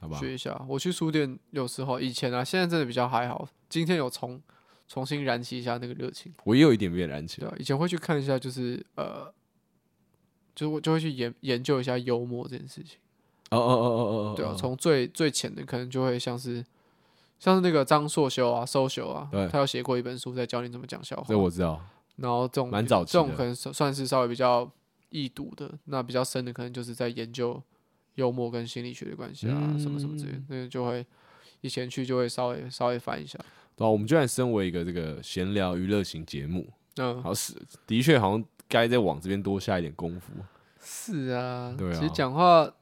[SPEAKER 2] 好吧？
[SPEAKER 1] 学一下。啊我去书店有时候以前啊，现在真的比较还好，今天有重重新燃起一下那个热情，
[SPEAKER 2] 我也有一点点燃起来，
[SPEAKER 1] 对啊，以前会去看一下，就是呃，就我就会去研研究一下幽默这件事情，
[SPEAKER 2] 哦哦哦哦哦哦，
[SPEAKER 1] 对啊，
[SPEAKER 2] 哦
[SPEAKER 1] 从最最浅的可能就会像是。像是那个张硕修啊、收修啊
[SPEAKER 2] 对，
[SPEAKER 1] 他有写过一本书，在教你怎么讲笑话
[SPEAKER 2] 这。我知道，
[SPEAKER 1] 然后这种
[SPEAKER 2] 蛮
[SPEAKER 1] 比
[SPEAKER 2] 早期
[SPEAKER 1] 这种
[SPEAKER 2] 的
[SPEAKER 1] 可能算算是稍微比较易读的，那比较深的可能就是在研究幽默跟心理学的关系啊，什么什么之类
[SPEAKER 2] 嗯
[SPEAKER 1] 的，那就会以前去就会稍微稍微翻一下。
[SPEAKER 2] 对啊，我们居然身为一个这个闲聊娱乐型节目，
[SPEAKER 1] 嗯，
[SPEAKER 2] 好是的确好像该在往这边多下一点功夫。
[SPEAKER 1] 是啊，
[SPEAKER 2] 对
[SPEAKER 1] 其
[SPEAKER 2] 啊
[SPEAKER 1] 实讲话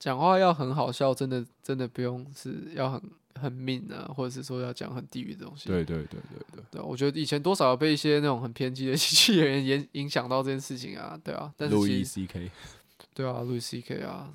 [SPEAKER 1] 讲话要很好笑，真的真的不用是要很很命啊，或者是说要讲很地狱的东西。
[SPEAKER 2] 对对对对对，
[SPEAKER 1] 对啊，我觉得以前多少有被一些那种很偏激的 喜剧演员影影响到这件事情啊，对啊，但是
[SPEAKER 2] 路
[SPEAKER 1] 其
[SPEAKER 2] 易
[SPEAKER 1] 实
[SPEAKER 2] C K，
[SPEAKER 1] 对啊，路易 C K 啊，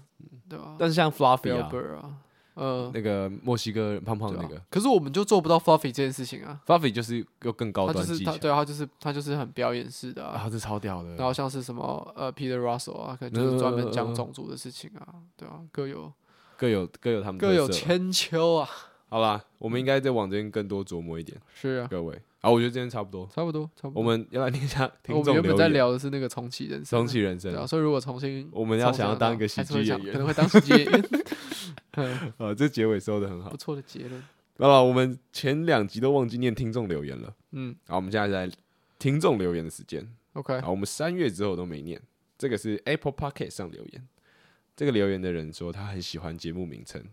[SPEAKER 1] 对啊，
[SPEAKER 2] 但是像 Fluffy 啊
[SPEAKER 1] Bill Burr 啊，呃，
[SPEAKER 2] 那个墨西哥人胖胖
[SPEAKER 1] 对
[SPEAKER 2] 的那
[SPEAKER 1] 啊
[SPEAKER 2] 个。
[SPEAKER 1] 可是我们就做不到 fluffy 这件事情啊。
[SPEAKER 2] f u f f y 就是有更高
[SPEAKER 1] 他就
[SPEAKER 2] 端
[SPEAKER 1] 是
[SPEAKER 2] 技
[SPEAKER 1] 他，
[SPEAKER 2] 巧，
[SPEAKER 1] 对啊，他就是他就是很表演式的啊。
[SPEAKER 2] 啊，这超屌的。
[SPEAKER 1] 然后像是什么呃 Peter Russell 啊，可能就是专
[SPEAKER 2] 嗯
[SPEAKER 1] 门
[SPEAKER 2] 嗯嗯
[SPEAKER 1] 讲
[SPEAKER 2] 嗯
[SPEAKER 1] 种族的事情啊，对啊，各有
[SPEAKER 2] 各有各有他们的
[SPEAKER 1] 各有
[SPEAKER 2] 特色
[SPEAKER 1] 千秋啊，
[SPEAKER 2] 好啦，我们应该再往这边更多琢磨一点，
[SPEAKER 1] 是啊，
[SPEAKER 2] 各位。好，我觉得今天差不多，
[SPEAKER 1] 差不多差不
[SPEAKER 2] 我
[SPEAKER 1] 多。
[SPEAKER 2] 们要来念一下听
[SPEAKER 1] 哦我们
[SPEAKER 2] 众
[SPEAKER 1] 原本在
[SPEAKER 2] 留言。
[SPEAKER 1] 聊的是那个重启人生啊，
[SPEAKER 2] 重启人
[SPEAKER 1] 对啊，
[SPEAKER 2] 生，
[SPEAKER 1] 所以如果重新
[SPEAKER 2] 我们要想要
[SPEAKER 1] 重新
[SPEAKER 2] 当一个喜
[SPEAKER 1] 还是
[SPEAKER 2] 剧
[SPEAKER 1] 会
[SPEAKER 2] 演
[SPEAKER 1] 想可
[SPEAKER 2] 员
[SPEAKER 1] 能，会当喜剧演 员，嗯
[SPEAKER 2] 呃，这结尾收的很好
[SPEAKER 1] 不。错的结论。
[SPEAKER 2] 那么我们前两集都忘记念听众留言了，
[SPEAKER 1] 嗯
[SPEAKER 2] 好，我们现在来听众留言的时间。
[SPEAKER 1] ，OK，
[SPEAKER 2] 好，我们三月之后都没念，这个是 Apple Pocket 上留言，这个留言的人说他很喜欢节目名称，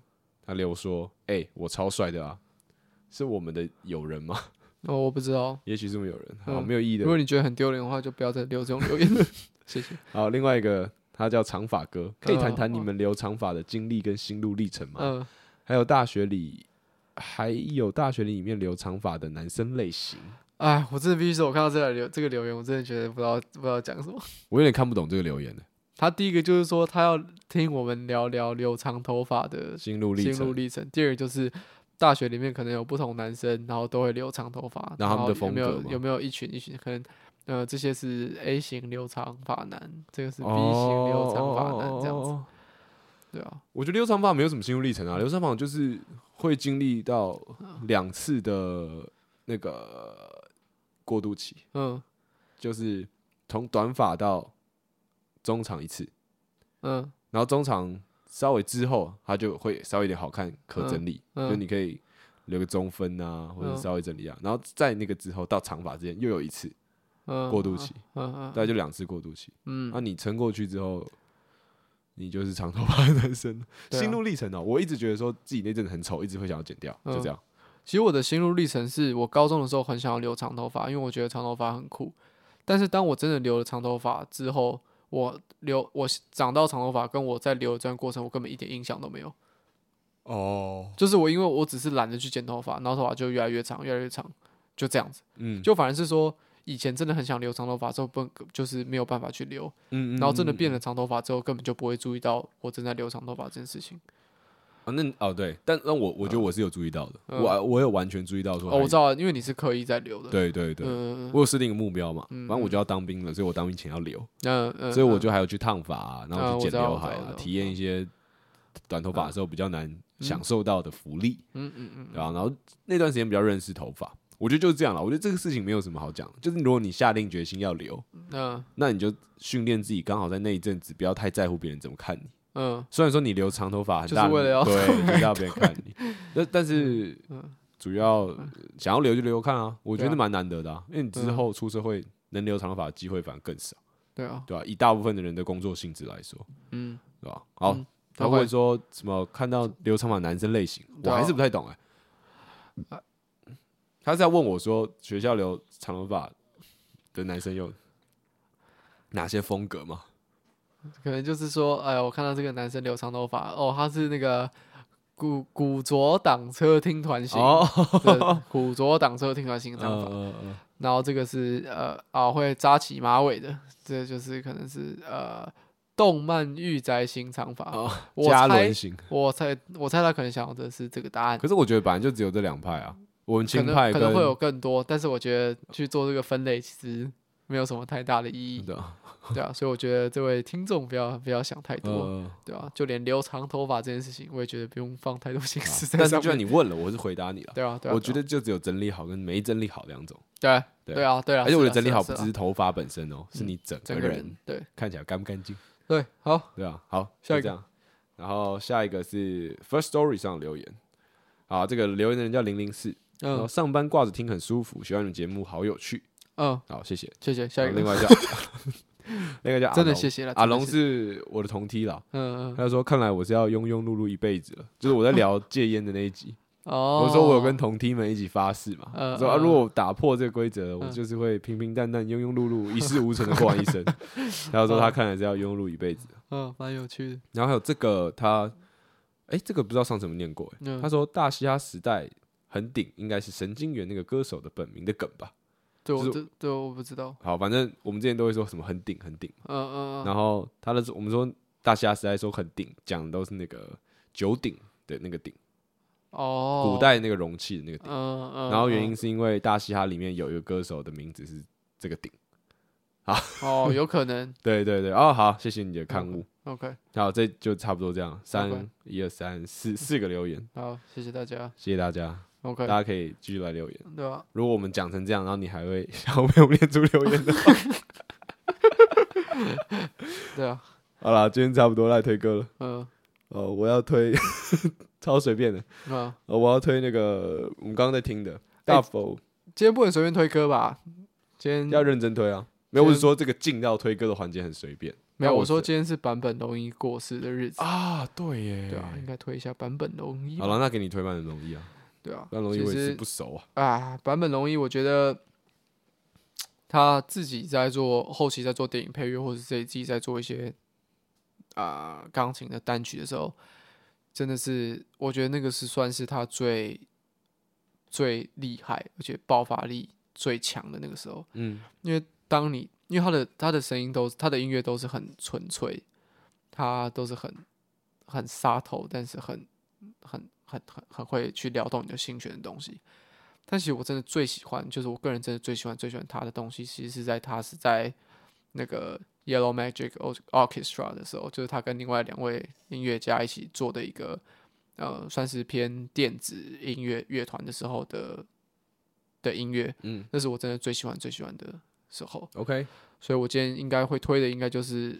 [SPEAKER 2] 他留说：“哎、我超帅的啊，是我们的友人吗？
[SPEAKER 1] 哦，我不知道，
[SPEAKER 2] 也许是我们友人，好，
[SPEAKER 1] 嗯
[SPEAKER 2] 没有意义的
[SPEAKER 1] 如果你觉得很丢脸的话，就不要再留这种留 言了，谢谢。
[SPEAKER 2] 好，另外一个他叫长发哥，可以谈谈你
[SPEAKER 1] 哦
[SPEAKER 2] 们留长发的经历跟心路历程吗？
[SPEAKER 1] 嗯，
[SPEAKER 2] 还有大学里，还有大学里面留长发的男生类型，
[SPEAKER 1] 哎，我真的必须说，我看到这个留这个留言，我真的觉得不知道不知道讲什么。
[SPEAKER 2] 我有点看不懂这个留言的
[SPEAKER 1] 他第一个就是说他要听我们聊聊留长头发的
[SPEAKER 2] 心路历
[SPEAKER 1] 心路
[SPEAKER 2] 程。
[SPEAKER 1] 历程，第二个就是大学里面可能有不同男生，然后都会留长头发，
[SPEAKER 2] 然
[SPEAKER 1] 然
[SPEAKER 2] 后他们的
[SPEAKER 1] 有没
[SPEAKER 2] 风格
[SPEAKER 1] 有
[SPEAKER 2] 吗
[SPEAKER 1] 有没有一群一群可能。呃，这些是 A 型留长发男，这个是 B 型
[SPEAKER 2] 哦
[SPEAKER 1] 留长发男，这样子，
[SPEAKER 2] 哦
[SPEAKER 1] 对啊，
[SPEAKER 2] 我觉得留长发没有什么心路历程啊，留长发就是会经历到两次的那个过渡期，
[SPEAKER 1] 嗯
[SPEAKER 2] 就是从短发到中长一次，
[SPEAKER 1] 嗯
[SPEAKER 2] 然后中长稍微之后，它就会稍微有点好看可整理，
[SPEAKER 1] 嗯嗯
[SPEAKER 2] 就你可以留个中分啊，或者
[SPEAKER 1] 嗯
[SPEAKER 2] 稍微整理啊。然后在那个之后到长发之间又有一次
[SPEAKER 1] 嗯，
[SPEAKER 2] 过渡期，啊
[SPEAKER 1] 嗯，嗯
[SPEAKER 2] 大概就两次过渡期。
[SPEAKER 1] 嗯
[SPEAKER 2] 那、你撑过去之后，你就是长头发的男生了。
[SPEAKER 1] 对啊
[SPEAKER 2] 心路历程哦、我一直觉得说自己那阵子很丑，一直会想要剪掉，就
[SPEAKER 1] 嗯
[SPEAKER 2] 这样。
[SPEAKER 1] 其实我的心路历程是我高中的时候很想要留长头发，因为我觉得长头发很酷。但是当我真的留了长头发之后，我留我长到长头发，跟我在留的这段过程，我根本一点印象都没有。
[SPEAKER 2] 哦，
[SPEAKER 1] 就是我因为我只是懒得去剪头发，然后头发就越来越长，越来越长，就这样子。
[SPEAKER 2] 嗯，
[SPEAKER 1] 就反而是说，以前真的很想留长头发，之后不就是没有办法去留，
[SPEAKER 2] 嗯嗯
[SPEAKER 1] 然后真的
[SPEAKER 2] 嗯
[SPEAKER 1] 变了长头发之后，根本就不会注意到我正在留长头发这件事情。
[SPEAKER 2] 啊，那哦对，但那我我觉得我是有注意到的，
[SPEAKER 1] 嗯
[SPEAKER 2] 我我有完全注意到说，
[SPEAKER 1] 哦，我知道了，因为你是刻意在留的。，
[SPEAKER 2] 对对对，
[SPEAKER 1] 嗯
[SPEAKER 2] 我有设定一个目标嘛，反正我
[SPEAKER 1] 嗯
[SPEAKER 2] 就要当兵了，所以我当兵前要留。
[SPEAKER 1] 嗯嗯，
[SPEAKER 2] 所以我
[SPEAKER 1] 嗯
[SPEAKER 2] 就还有去烫发、啊，然
[SPEAKER 1] 啊
[SPEAKER 2] 后
[SPEAKER 1] 我
[SPEAKER 2] 去
[SPEAKER 1] 知
[SPEAKER 2] 剪
[SPEAKER 1] 道
[SPEAKER 2] 刘
[SPEAKER 1] 我知
[SPEAKER 2] 海
[SPEAKER 1] 道我
[SPEAKER 2] 啊
[SPEAKER 1] 知，道
[SPEAKER 2] 体验一些短头发的时候比较难享受到的福利，
[SPEAKER 1] 嗯嗯嗯，
[SPEAKER 2] 对吧、然后那段时间比较认识头发，我觉得就是这样了。我觉得这个事情没有什么好讲的，就是如果你下定决心要留，
[SPEAKER 1] 嗯
[SPEAKER 2] 那你就训练自己，刚好在那一阵子不要太在乎别人怎么看你。
[SPEAKER 1] 嗯
[SPEAKER 2] 虽然说你留长头发很
[SPEAKER 1] 就是
[SPEAKER 2] 大，
[SPEAKER 1] 为了要
[SPEAKER 2] 对，就是要别人看你，但但是
[SPEAKER 1] 嗯
[SPEAKER 2] 主要想要留就留看啊，我觉
[SPEAKER 1] 对
[SPEAKER 2] 得
[SPEAKER 1] 啊
[SPEAKER 2] 蛮难得的、啊，因为你之
[SPEAKER 1] 嗯
[SPEAKER 2] 后出社会能留长头发的机会反而更少，
[SPEAKER 1] 对啊，
[SPEAKER 2] 对吧、以大部分的人的工作性质来说。
[SPEAKER 1] 嗯，
[SPEAKER 2] 对吧？好，
[SPEAKER 1] 嗯
[SPEAKER 2] 他
[SPEAKER 1] ，OK
[SPEAKER 2] 会说什么？看到留长发男生类型，我
[SPEAKER 1] 对啊啊
[SPEAKER 2] 还是不太懂哎、他是在问我说，学校留长头发的男生有哪些风格吗？
[SPEAKER 1] 可能就是说，哎，我看到这个男生留长头发，哦，他是那个古古着挡车听团型，
[SPEAKER 2] 哦，
[SPEAKER 1] 对古着挡车听团型的长
[SPEAKER 2] 嗯
[SPEAKER 1] 发，
[SPEAKER 2] 嗯嗯
[SPEAKER 1] 然后这个是呃啊会扎起马尾的，这就是可能是呃动漫御宅型长发，
[SPEAKER 2] 哦
[SPEAKER 1] 啊我
[SPEAKER 2] 嘉
[SPEAKER 1] 猜
[SPEAKER 2] 伦型。
[SPEAKER 1] 我猜我猜他可能想要的是这个答案。
[SPEAKER 2] 可是我觉得本来就只有这两派啊，文
[SPEAKER 1] 可
[SPEAKER 2] 青
[SPEAKER 1] 能
[SPEAKER 2] 派
[SPEAKER 1] 可
[SPEAKER 2] 跟
[SPEAKER 1] 能会有更多，但是我觉得去做这个分类其实没有什么太大的意义，
[SPEAKER 2] 的，
[SPEAKER 1] 对啊，所以我觉得这位听众不要不要想太多，
[SPEAKER 2] 嗯，
[SPEAKER 1] 对啊，就连留长头发这件事情，我也觉得不用放太多心思在
[SPEAKER 2] 啊但是
[SPEAKER 1] 上
[SPEAKER 2] 就算
[SPEAKER 1] 面。
[SPEAKER 2] 你问了，我是回答你了。
[SPEAKER 1] 对啊，对啊，
[SPEAKER 2] 我
[SPEAKER 1] 对
[SPEAKER 2] 觉得就只有整理好跟没整理好两种，
[SPEAKER 1] 啊
[SPEAKER 2] 对
[SPEAKER 1] 对对啊，对啊，
[SPEAKER 2] 而且我
[SPEAKER 1] 是
[SPEAKER 2] 的
[SPEAKER 1] 啊
[SPEAKER 2] 整理
[SPEAKER 1] 是啊
[SPEAKER 2] 好
[SPEAKER 1] 是
[SPEAKER 2] 不
[SPEAKER 1] 啊
[SPEAKER 2] 只是头发本身哦，是
[SPEAKER 1] 嗯
[SPEAKER 2] 你整
[SPEAKER 1] 整个人，对
[SPEAKER 2] 看起来干不干净。
[SPEAKER 1] 对，好，
[SPEAKER 2] 对啊，好，
[SPEAKER 1] 下
[SPEAKER 2] 就
[SPEAKER 1] 一
[SPEAKER 2] 这
[SPEAKER 1] 个
[SPEAKER 2] 样。然后下一个是 First Story 上留言，啊，这个留言的人叫零零四，然后
[SPEAKER 1] 嗯
[SPEAKER 2] 上班挂着听很舒服，喜欢你们节目，好有趣，
[SPEAKER 1] 嗯，
[SPEAKER 2] 好，谢谢。
[SPEAKER 1] 谢谢，下一
[SPEAKER 2] 然后另
[SPEAKER 1] 个，
[SPEAKER 2] 外叫 那个叫阿
[SPEAKER 1] 真的
[SPEAKER 2] 龙
[SPEAKER 1] 谢谢了，
[SPEAKER 2] 阿
[SPEAKER 1] 真的
[SPEAKER 2] 龙
[SPEAKER 1] 谢谢，
[SPEAKER 2] 是我的同梯啦，
[SPEAKER 1] 嗯嗯，
[SPEAKER 2] 他就说看来我是要庸庸碌碌一辈子了，就是我在聊戒烟的那一集，
[SPEAKER 1] 哦，
[SPEAKER 2] 我说我有跟同梯们一起发誓嘛，
[SPEAKER 1] 嗯
[SPEAKER 2] 我说啊
[SPEAKER 1] 嗯
[SPEAKER 2] 如果我打破这个规则，我
[SPEAKER 1] 嗯
[SPEAKER 2] 就是会平平淡淡、庸庸碌碌、一事无成的过完一 生。他就说他看来是要庸庸碌碌一辈子。
[SPEAKER 1] 嗯，蛮有趣的，
[SPEAKER 2] 然后还有这个他，哎、这个不知道上次有没有念过、诶他
[SPEAKER 1] 嗯，
[SPEAKER 2] 说大嘻哈时代很顶，应该是神经元那个歌手的本名的梗吧。
[SPEAKER 1] 对
[SPEAKER 2] 就是
[SPEAKER 1] 我这对我不知道，
[SPEAKER 2] 好，反正我们之前都会说什么很顶很顶，
[SPEAKER 1] 嗯嗯嗯，
[SPEAKER 2] 然后他的我们说大嘻哈时代说很顶，讲的都是那个九鼎的那个鼎，
[SPEAKER 1] 哦，
[SPEAKER 2] 古，代那个容器的那个鼎。
[SPEAKER 1] 嗯嗯，
[SPEAKER 2] 然后原因
[SPEAKER 1] 嗯
[SPEAKER 2] 是因为大嘻哈里面有一个歌手的名字是这个鼎。
[SPEAKER 1] 哦，有可 能
[SPEAKER 2] 对对对，哦，好，谢谢你的看悟。
[SPEAKER 1] ，OK，
[SPEAKER 2] 好，这就差不多这样，
[SPEAKER 1] OK
[SPEAKER 2] 三一二三四四个留言，
[SPEAKER 1] 好，谢谢大家
[SPEAKER 2] 谢谢大家，
[SPEAKER 1] ，OK，
[SPEAKER 2] 大家可以继续来留言。
[SPEAKER 1] 对啊吧？
[SPEAKER 2] 如果我们讲成这样，然后你还会 想要被我们念出留言的话，
[SPEAKER 1] 对啊，
[SPEAKER 2] 好啦，今天差不多来推歌了。
[SPEAKER 1] 嗯，
[SPEAKER 2] 呃，我要推超随便的，
[SPEAKER 1] 那
[SPEAKER 2] 呃，我要推那个我们刚刚在听的，
[SPEAKER 1] 哎
[SPEAKER 2] 大否、
[SPEAKER 1] 今天不能随便推歌吧？今
[SPEAKER 2] 要
[SPEAKER 1] 天
[SPEAKER 2] 认真推啊。没有，
[SPEAKER 1] 嗯先
[SPEAKER 2] 我是说这个进到推歌的环节很随便
[SPEAKER 1] 没有，
[SPEAKER 2] 那
[SPEAKER 1] 我
[SPEAKER 2] 我
[SPEAKER 1] 说
[SPEAKER 2] 只
[SPEAKER 1] 今天是版本龙一过世的日子，
[SPEAKER 2] 啊。对耶
[SPEAKER 1] 对啊，应该推一下版本龙一吧
[SPEAKER 2] 好，了，那给你推蛮容易啊，
[SPEAKER 1] 对啊，
[SPEAKER 2] 蛮容易，
[SPEAKER 1] 其
[SPEAKER 2] 我也
[SPEAKER 1] 实
[SPEAKER 2] 是不熟啊。
[SPEAKER 1] 啊，坂本龙一，我觉得他自己在做后期，在做电影配乐，或者是自己在做一些啊钢、琴的单曲的时候，真的是我觉得那个是算是他最最厉害，而且爆发力最强的那个时候。
[SPEAKER 2] 嗯，
[SPEAKER 1] 因为当你因为他的他的声音都他的音乐都是很纯粹，他都是很很杀头，但是很很很很很会去撩动你的心弦的东西。但其实我真的最喜欢，就是我个人真的最喜欢最喜欢他的东西，其实是在他是在那个 Yellow Magic Or- Orchestra 的时候，就是他跟另外两位音乐家一起做的一个呃，算是偏电子音乐乐团的时候的的音乐，
[SPEAKER 2] 嗯，
[SPEAKER 1] 那是我真的最喜欢最喜欢的时候，
[SPEAKER 2] OK，
[SPEAKER 1] 所以我今天应该会推的应该就是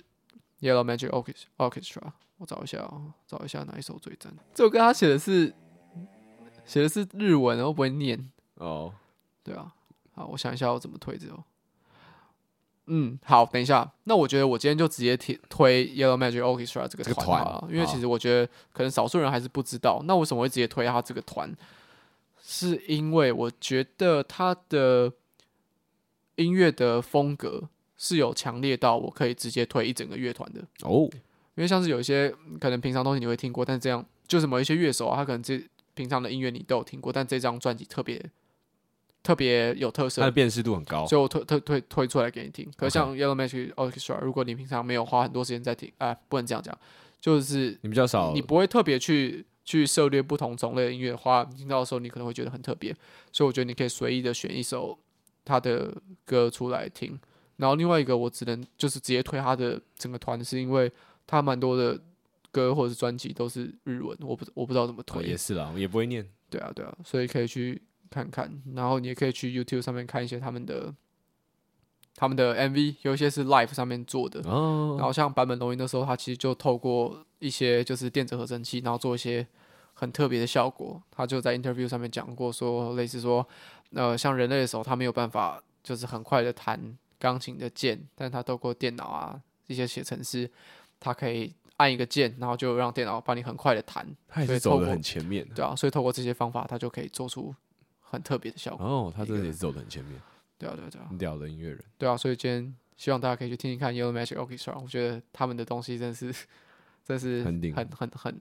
[SPEAKER 1] Yellow Magic Orchest- Orchestra。我找一下、哦，找一下哪一首最赞。这首歌他写的是写的是日文，然后不会念，
[SPEAKER 2] 哦，
[SPEAKER 1] 对啊。好，我想一下我怎么推这首。嗯，好，等一下，那我觉得我今天就直接推推 Yellow Magic Orchestra 这个
[SPEAKER 2] 这个
[SPEAKER 1] 团
[SPEAKER 2] 团
[SPEAKER 1] 好了，因为其
[SPEAKER 2] 好
[SPEAKER 1] 实我觉得可能少数人还是不知道，那为什么会直接推他这个团？是因为我觉得他的音乐的风格是有强烈到我可以直接推一整个乐团的，
[SPEAKER 2] 哦，
[SPEAKER 1] 因为像是有一些嗯可能平常东西你会听过，但是这样就是某一些乐手啊，他可能这平常的音乐你都有听过，但这张专辑特别特别有
[SPEAKER 2] 它
[SPEAKER 1] 特
[SPEAKER 2] 的
[SPEAKER 1] 色，
[SPEAKER 2] 辨识度很高。
[SPEAKER 1] 所以我推推推推出来给你听。可是
[SPEAKER 2] OK
[SPEAKER 1] 像 Yellow Magic Orchestra，如果你平常没有花很多时间在听，哎、不能这样讲，就是
[SPEAKER 2] 你比较少
[SPEAKER 1] 你，不会特别去去涉猎不同种类的音乐的话，你听到的时候你可能会觉得很特别，所以我觉得你可以随意的选一首他的歌出来听。然后另外一个我只能就是直接推他的整个团，是因为他蛮多的歌或者是专辑都是日文，我不我不知道怎么
[SPEAKER 2] 哦
[SPEAKER 1] 推。
[SPEAKER 2] 也是啦，也不会念。
[SPEAKER 1] 对啊对啊，所以可以去看看，然后你也可以去 YouTube 上面看一些他们的他们的 MV，有一些是 Live 上面做的，然
[SPEAKER 2] 哦，
[SPEAKER 1] 后像版本龙一那时候，他其实就透过一些就是电子合成器，然后做一些很特别的效果。他就在 interview 上面讲过说，类似说，呃，像人类的手，他没有办法就是很快的弹钢琴的键，但他透过电脑啊一些写程式，他可以按一个键，然后就让电脑帮你很快的弹，
[SPEAKER 2] 他也
[SPEAKER 1] 所以
[SPEAKER 2] 是
[SPEAKER 1] 透
[SPEAKER 2] 走的
[SPEAKER 1] 过
[SPEAKER 2] 很前面的。
[SPEAKER 1] 对啊，所以透过这些方法，他就可以做出很特别的效果。
[SPEAKER 2] 哦，他真
[SPEAKER 1] 一
[SPEAKER 2] 的
[SPEAKER 1] 个
[SPEAKER 2] 也是走的很前面，
[SPEAKER 1] 对啊，对啊，对啊。
[SPEAKER 2] 很屌的音乐人。
[SPEAKER 1] 对啊，所以今天希望大家可以去听听看 Yellow Magic Orchestra，我觉得他们的东西真的是，真是
[SPEAKER 2] 很顶
[SPEAKER 1] 很很很，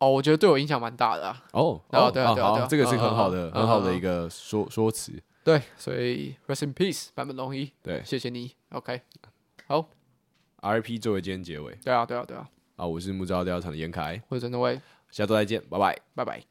[SPEAKER 1] 哦，我觉得对我影响蛮大的、啊，
[SPEAKER 2] 哦，
[SPEAKER 1] 对啊
[SPEAKER 2] 哦
[SPEAKER 1] 对啊
[SPEAKER 2] 好
[SPEAKER 1] 对啊
[SPEAKER 2] 好
[SPEAKER 1] 对啊
[SPEAKER 2] 这个是很好
[SPEAKER 1] 嗯
[SPEAKER 2] 的、
[SPEAKER 1] 嗯嗯
[SPEAKER 2] 很好的
[SPEAKER 1] 嗯
[SPEAKER 2] 一个说说辞。
[SPEAKER 1] 对，所以 Rest in Peace，坂本龙一，
[SPEAKER 2] 对
[SPEAKER 1] 谢谢你，OK，
[SPEAKER 2] ，RP 作为今天结尾
[SPEAKER 1] 对啊，对啊，对啊，
[SPEAKER 2] 啊，我是木造调查的严凯，
[SPEAKER 1] 我是真的喂，
[SPEAKER 2] 下周再见，拜拜。
[SPEAKER 1] 拜拜。